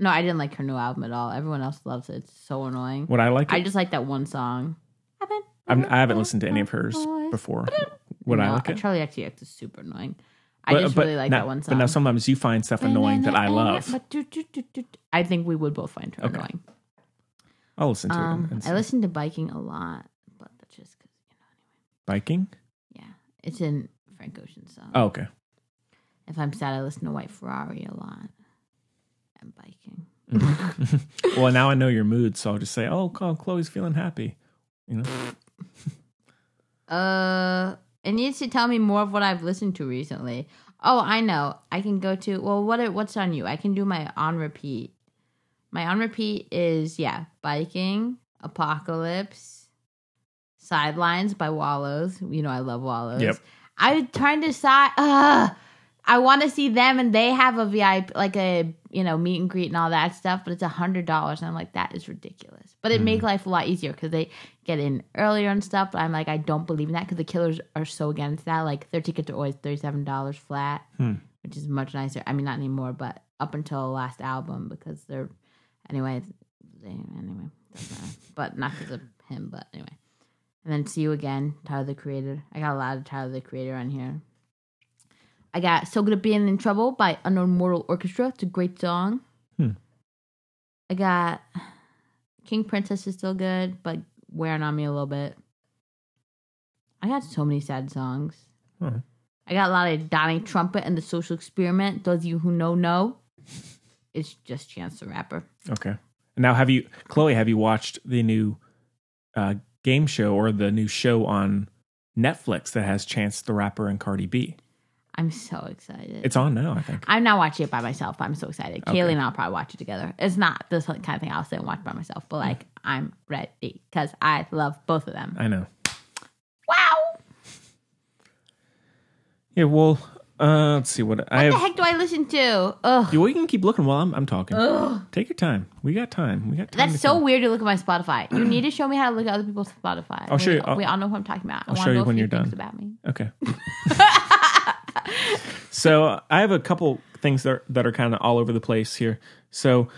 No, I didn't like her new album at all. Everyone else loves it. It's so annoying. Would I like it? I just like that one song. I've been- I'm, I haven't listened to any of hers Boys. before. Would I No, like it? Charlie XCX is super annoying. I just really like now- that one song. But now sometimes you find stuff annoying that I love. But do, do, do, do, do. I think we would both find her Okay. annoying. I'll listen to it. Um, and I see. listen to biking a lot, but that's just because Biking? you know, yeah, it's in Frank Ocean song. Oh, okay. If I'm sad, I listen to White Ferrari a lot. And biking. Well, now I know your mood, so I'll just say, "Oh, Chlo- Chloe's feeling happy." You know, Uh, it needs to tell me more of what I've listened to recently. Oh, I know. I can go to well. What are- what's on you? I can do my on repeat. My on repeat is yeah, biking, apocalypse, sidelines by Wallows. You know I love Wallows. Yep. I'm trying to decide. Uh, I want to see them, and they have a VIP, like a you know meet and greet and all that stuff. But it's a hundred dollars, and I'm like, that is ridiculous. But it make life a lot easier because they get in earlier and stuff. But I'm like, I don't believe in that because the Killers are so against that. Like their tickets are always thirty seven dollars flat, which is much nicer. I mean, not anymore, but up until last album because they're anyway. They, anyway, doesn't matter. but not because of him. But anyway. And then see you again, Tyler the Creator. I got a lot of Tyler the Creator on here. I got So Good at Being in Trouble by Unknown Mortal Orchestra. It's a great song. Hmm. I got King Princess is still good, but wearing on me a little bit. I got so many sad songs. Hmm. I got a lot of Donnie Trumpet and the Social Experiment. Those of you who know know, it's just Chance the Rapper. okay. Now, have you, Chloe? Have you watched the new uh, game show or the new show on Netflix that has Chance the Rapper and Cardi B? I'm so excited. It's on now, I think. I'm not watching it by myself. but I'm so excited. Okay. Kaylee and I'll probably watch it together. It's not this kind of thing I'll sit and watch by myself, but like I'm ready because I love both of them. I know. Wow! Yeah. Well, uh, let's see what I What the have. heck do I listen to? Ugh, Yeah, well, you can keep looking while I'm, I'm talking. Ugh. Take your time. We got time. We got time. that's to so kill. weird to look at my Spotify. You need to show me how to look at other people's Spotify. I'll show we, you- I'll- we all know who I'm talking about. I'll I show want you to know when a few you're done. things about me. Okay. so I have a couple things that are, that are kind of all over the place here. So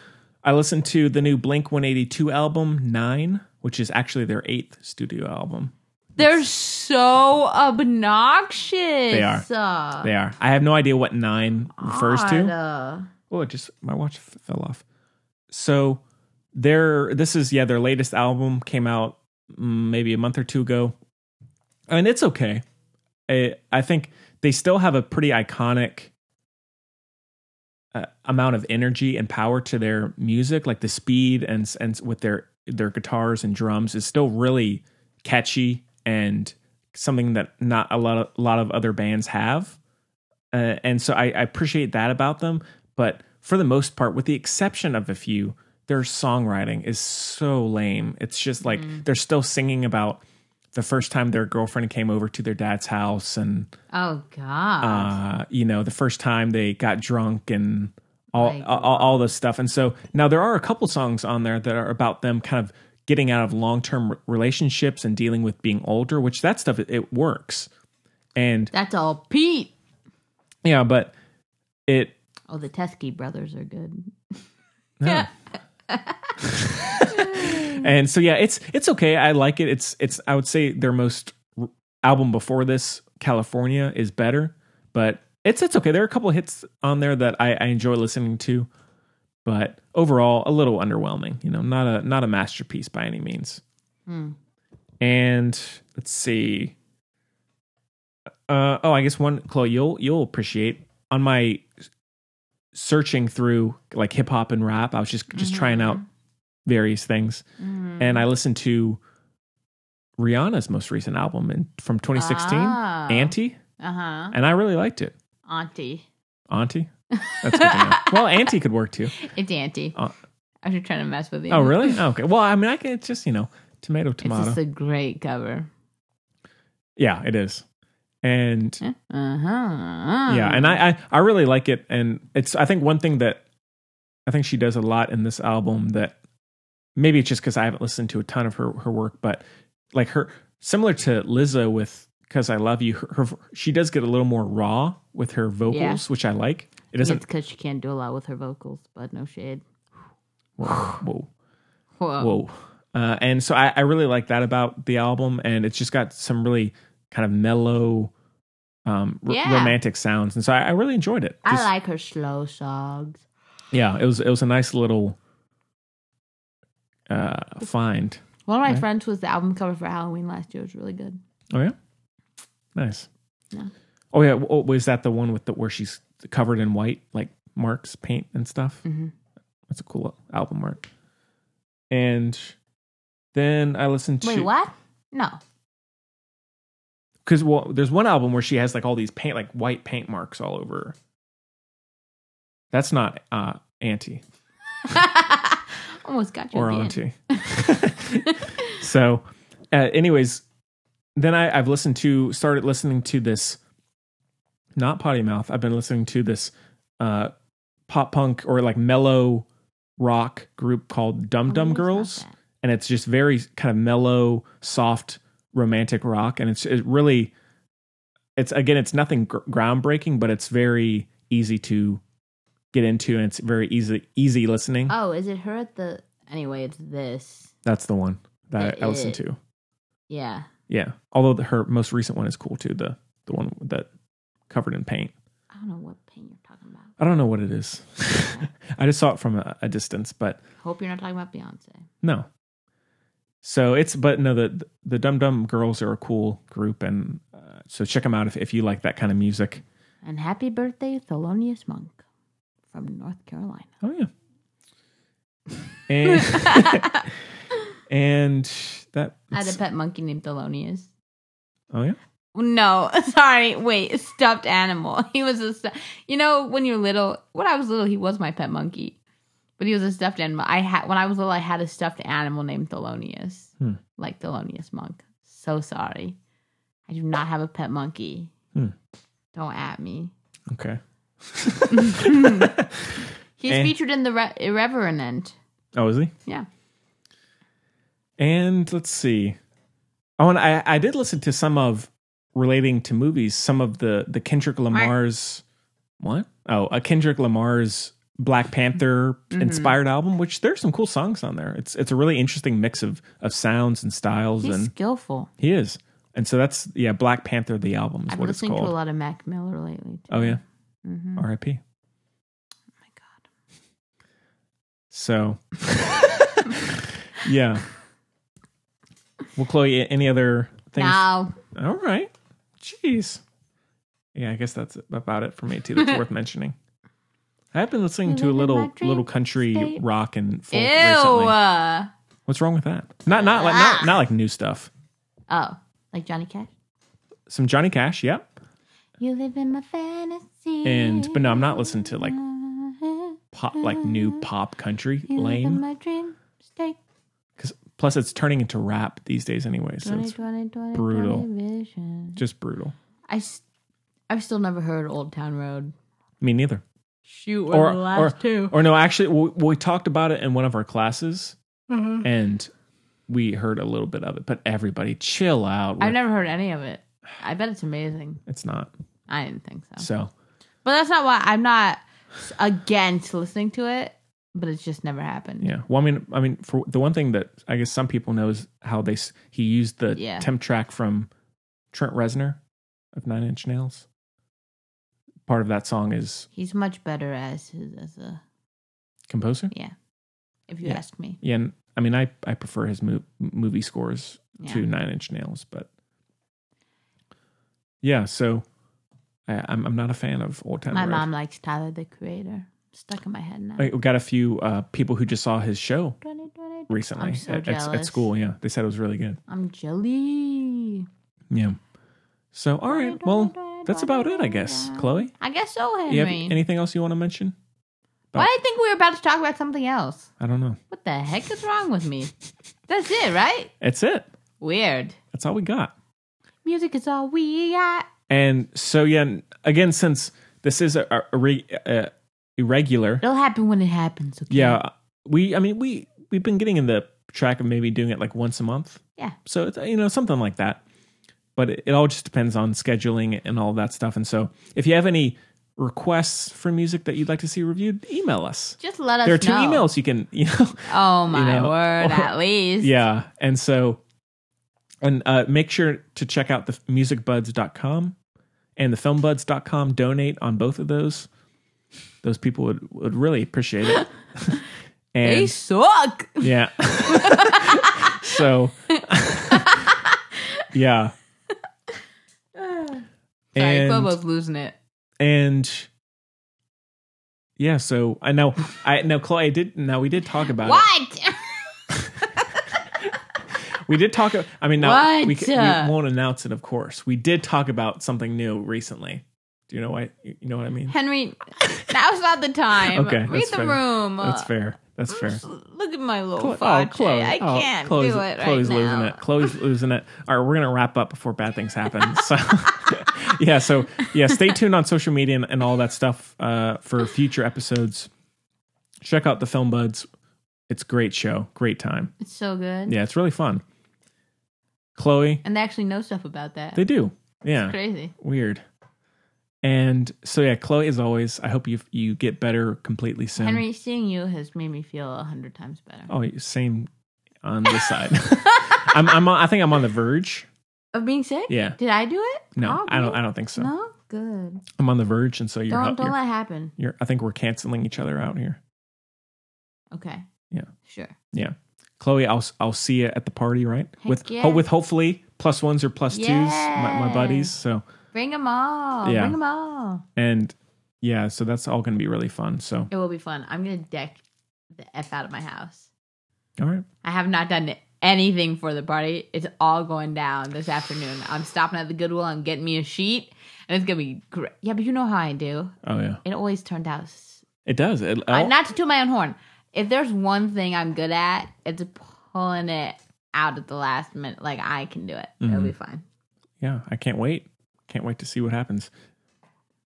I listened to the new Blink 182 album, Nine, which is actually their eighth studio album. They're so obnoxious. They are. They are. I have no idea what Nine refers to. uh, Oh, it just my watch f- fell off. So their this is yeah their latest album came out mm, maybe a month or two ago, and it's okay. I, I think they still have a pretty iconic uh, amount of energy and power to their music. Like the speed and s- and s- with their their guitars and drums is still really catchy and something that not a lot of a lot of other bands have. Uh, and so I, I appreciate that about them. But for the most part, with the exception of a few, their songwriting is so lame. It's just like they're still singing about the first time their girlfriend came over to their dad's house and Oh god. uh, you know, the first time they got drunk and all, Like- all all this stuff. And so now there are a couple songs on there that are about them kind of getting out of long term relationships and dealing with being older, which that stuff it, it works. And that's all Pete. yeah, but it Oh, the Teskey brothers are good. Yeah. and so yeah, it's it's okay. I like it. It's it's I would say their most r- album before this, California, is better, but it's it's okay. There are a couple hits on there that I, I enjoy listening to, but overall a little underwhelming. You know, not a not a masterpiece by any means. Hmm. And let's see. Uh, oh, I guess one Chloe, you'll you'll appreciate on my searching through like hip hop and rap. I was just just trying out various things, Hmm. and I Mm. listened to Rihanna's most recent album in, from 2016, Ah. Auntie, Uh huh. and I really liked it. Auntie. Auntie, that's good to know. well, Auntie could work too. It's auntie. Uh, I was trying to mess with you. oh, really? Oh, okay. Well, I mean, I can. It's just you know, tomato, It's tomato. just a great cover. yeah, it is. And Uh huh. Uh-huh. yeah and I, I i really like it and it's i think one thing that i think she does a lot in this album that maybe it's just because I haven't listened to a ton of her her work, but like her similar to Lizzo with "Cause I Love You," her, her she does get a little more raw with her vocals, Yeah. which I like. It It's doesn't. because she can't do a lot with her vocals, but no shade. Whoa, whoa, Whoa. whoa. Uh, and so I, I really like that about the album, and it's just got some really kind of mellow, um, r- Yeah. romantic sounds, and so I, I really enjoyed it. I Just- like her slow songs. yeah, it was it was a nice little uh, find. One of my Right. friends was the album cover for Halloween last year. It was really good. Oh yeah, nice. Yeah. Oh yeah, w- oh, was that the one with the where she's covered in white, like marks, paint, and stuff? Mm-hmm. That's a cool uh, album art. And then I listened to Wait, what? No. because well, there's one album where she has like all these paint, like white paint marks all over. her. That's not uh, anti Almost got you. or at the end. auntie. so, uh, anyways, then I, I've listened to started listening to this, not potty mouth. I've been listening to this uh, pop punk or like mellow rock group called Dum Dum Oh, it's not Girls, that. and it's just very kind of mellow, soft, romantic rock, and it's it really, it's again, it's nothing gr- groundbreaking, but it's very easy to get into, and it's very easy easy listening. Oh, is it her at the? Anyway, it's this. That's the one that I, I Uh, listened to. Yeah. Yeah. Although the, her most recent one is cool too. The the one that covered in paint. I don't know what pain you're talking about. I don't know what it is. I just saw it from a, a distance, but Hope you're not talking about Beyonce. no. So it's but no the the Dum Dum Girls are a cool group, and uh, so check them out if if you like that kind of music. And happy birthday, Thelonious Monk from North Carolina. Oh yeah. And, and that I had a pet monkey named Thelonious. oh yeah No, sorry. Wait, stuffed animal. He was a, stu- you know, when you're little. When I was little, he was my pet monkey, but he was a stuffed animal. I had when I was little, I had a stuffed animal named Thelonious, Hmm. like Thelonious Monk. So sorry, I do not have a pet monkey. Hmm. Don't at me. okay He's Eh. featured in the Re- Irreverent. oh is he Yeah. And let's see. Oh, and I, I did listen to some of relating to movies, some of the the Kendrick Lamar's what? Oh, a Kendrick Lamar's Black Panther Mm-hmm. inspired album, which there's some cool songs on there. It's it's a really interesting mix of of sounds and styles, He's and skillful. he is. And so that's yeah, Black Panther the album is I've been what it's listening to a called. lot of Mac Miller lately. Too. Oh yeah, Mm-hmm. R.I.P. Oh my god. So yeah. Well, Chloe, a- any other things? Now, All right. Jeez. Yeah, I guess that's about it for me too. That's worth mentioning. I've been listening You to a live in little my dream little country state. rock and folk ew. recently. uh, What's wrong with that? Not not like not, Ah. not like new stuff. Oh, like Johnny Cash. Some Johnny Cash, yep. You live in my fantasy. Uh-huh. And but no, I'm not listening to like pop like new pop country you Live in lane my dream state. cuz plus it's turning into rap these days anyway, so it's 2020, 2020 brutal. vision. just brutal. I s- I've still never heard Old Town Road. Me neither. Shoot, one or of the or, last two. or no, actually, we, we talked about it in one of our classes, Mm-hmm. and we heard a little bit of it. But everybody, chill out. I've never heard any of it. I bet it's amazing. it's not I didn't think so. so. But that's not why I'm not s- against listening to it, but it's just never happened. Yeah. Well, I mean, I mean, for the one thing that I guess some people know is how they s- he used the Yeah. temp track from Trent Reznor of Nine Inch Nails. Part of that song is He's much better as his, as a composer. yeah. If you Yeah. ask me. Yeah, and I mean, I I prefer his mo- movie scores Yeah. to Nine Inch Nails, but yeah. So I, I'm I'm not a fan of Old Town My Road. mom likes Tyler the Creator. Stuck in my head now. I we got a few uh, people who just saw his show 2020. recently I'm so at, at, at jealous. school. Yeah, they said it was really good. I'm jelly. Yeah. So all right, well, that's about it, I guess. Chloe, I guess so, Henry. you have anything else you want to mention? Why did I think we were about to talk about something else? I don't know. What the heck is wrong with me? That's it, right? That's it. Weird. That's all we got. Music is all we got. And so yeah, n- again, since this is a, a, a, re- uh irregular. It'll happen when it happens. Okay? Yeah, we. I mean, we we've been getting in the track of maybe doing it like once a month. Yeah. So it's you know something like that. But it, it all just depends on scheduling and all that stuff. And so if you have any requests for music that you'd like to see reviewed, email us. Just let us There are two know. emails you can you know Oh my know, word, or- at least. yeah. And so and uh, make sure to check out the musicbuds.com and the filmbuds.com donate on both of those. Those people would, would really appreciate it. and They suck. yeah. so, yeah. Sorry, and, Bobo's losing it. and yeah, so I know I now Chloe I did now we did talk about it. What? We did talk. a- I mean, now we, What? Uh. c- we won't announce it, of course. We did talk about something new recently. Do you know why? You know what I mean? Henry, now's not the time. Okay, Read that's the fair. room. Uh, That's fair. That's fair. Just Look at my little Chlo- Chloe, Oh, I Oh, can't Chloe's, do it Chloe's right losing now. it. Chloe's losing it. All right, we're gonna wrap up before bad things happen. So, yeah. So yeah, stay tuned on social media and, and all that stuff uh, for future episodes. Check out the Film Buds. It's a great show. Great time. It's so good. Yeah, it's really fun. Chloe, And they actually know stuff about that. they do. Yeah, Crazy. weird. And so yeah, Chloe, as always, I hope you you get better completely soon. Henry, seeing you has made me feel a hundred times better. Oh, same on this side. I'm, I'm on, I think I'm on the verge. Of being sick? Oh. Yeah. Did I do it? No, Oh, I don't. great. I don't think so. No? Good. I'm on the verge, and so you're, Don't help- don't you're, let it happen. you're- I think we're canceling each other out here. Okay. Yeah. Sure. Yeah, Chloe, I'll I'll see you at the party, right? Heck With yeah. ho- with hopefully plus ones or plus twos, my, my Yeah. buddies. So Bring them all. Yeah. Bring them all. and yeah, so that's all going to be really fun. So It will be fun. I'm gonna deck the f out of my house. all right, I have not done anything for the party. It's all going down this afternoon. I'm stopping at the Goodwill. I'm getting me a sheet, and it's gonna be great. Yeah, but you know how I do. oh yeah, It always turned out. s- it does. It, I- oh, not to toot my own horn. If there's one thing I'm good at, it's pulling it out at the last minute. Like I can do it. It'll be fine. yeah, I can't wait. Can't wait to see what happens.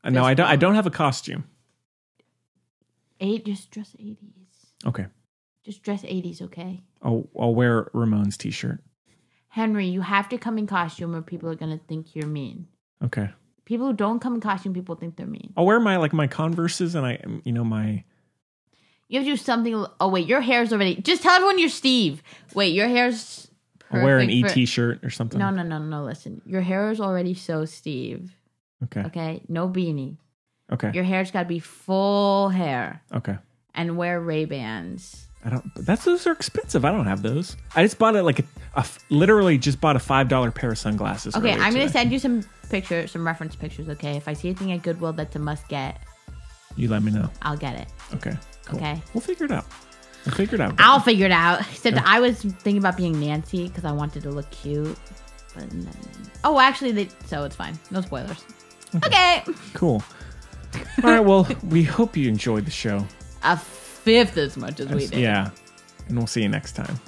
Uh, No, I don't. I don't have a costume. Eight, just dress eighties. Okay, Just dress eighties, okay? I'll I'll wear Ramon's t-shirt. Henry, you have to come in costume, or people are gonna think you're mean. Okay, People who don't come in costume, people think they're mean. I'll wear my like my Converse's and I you know my You have to do something. Oh wait, your hair's already. Just tell everyone you're Steve. Wait, your hair's. I'll wear an perfect ET for- shirt or something. No, no, no, no. Listen, your hair is already so Steve. Okay. Okay, no beanie. Okay. Your hair's got to be full hair Okay. and wear Ray Bans. I don't. but That's those are expensive. I don't have those. I just bought it like a, a f- literally just bought a five dollar pair of sunglasses. Okay, earlier I'm gonna today. send you some pictures, some reference pictures. Okay, if I see a thing at Goodwill that's a must get, You let me know. I'll get it. Okay. Cool. Okay. We'll figure it out. We'll figure it out. I'll figure it out. Except I was thinking about being Nancy because I wanted to look cute. But then, oh, actually, they, so it's fine. No spoilers. Okay. Cool. All right. Well, we hope you enjoyed the show. a fifth as much as we did. Yeah. And we'll see you next time.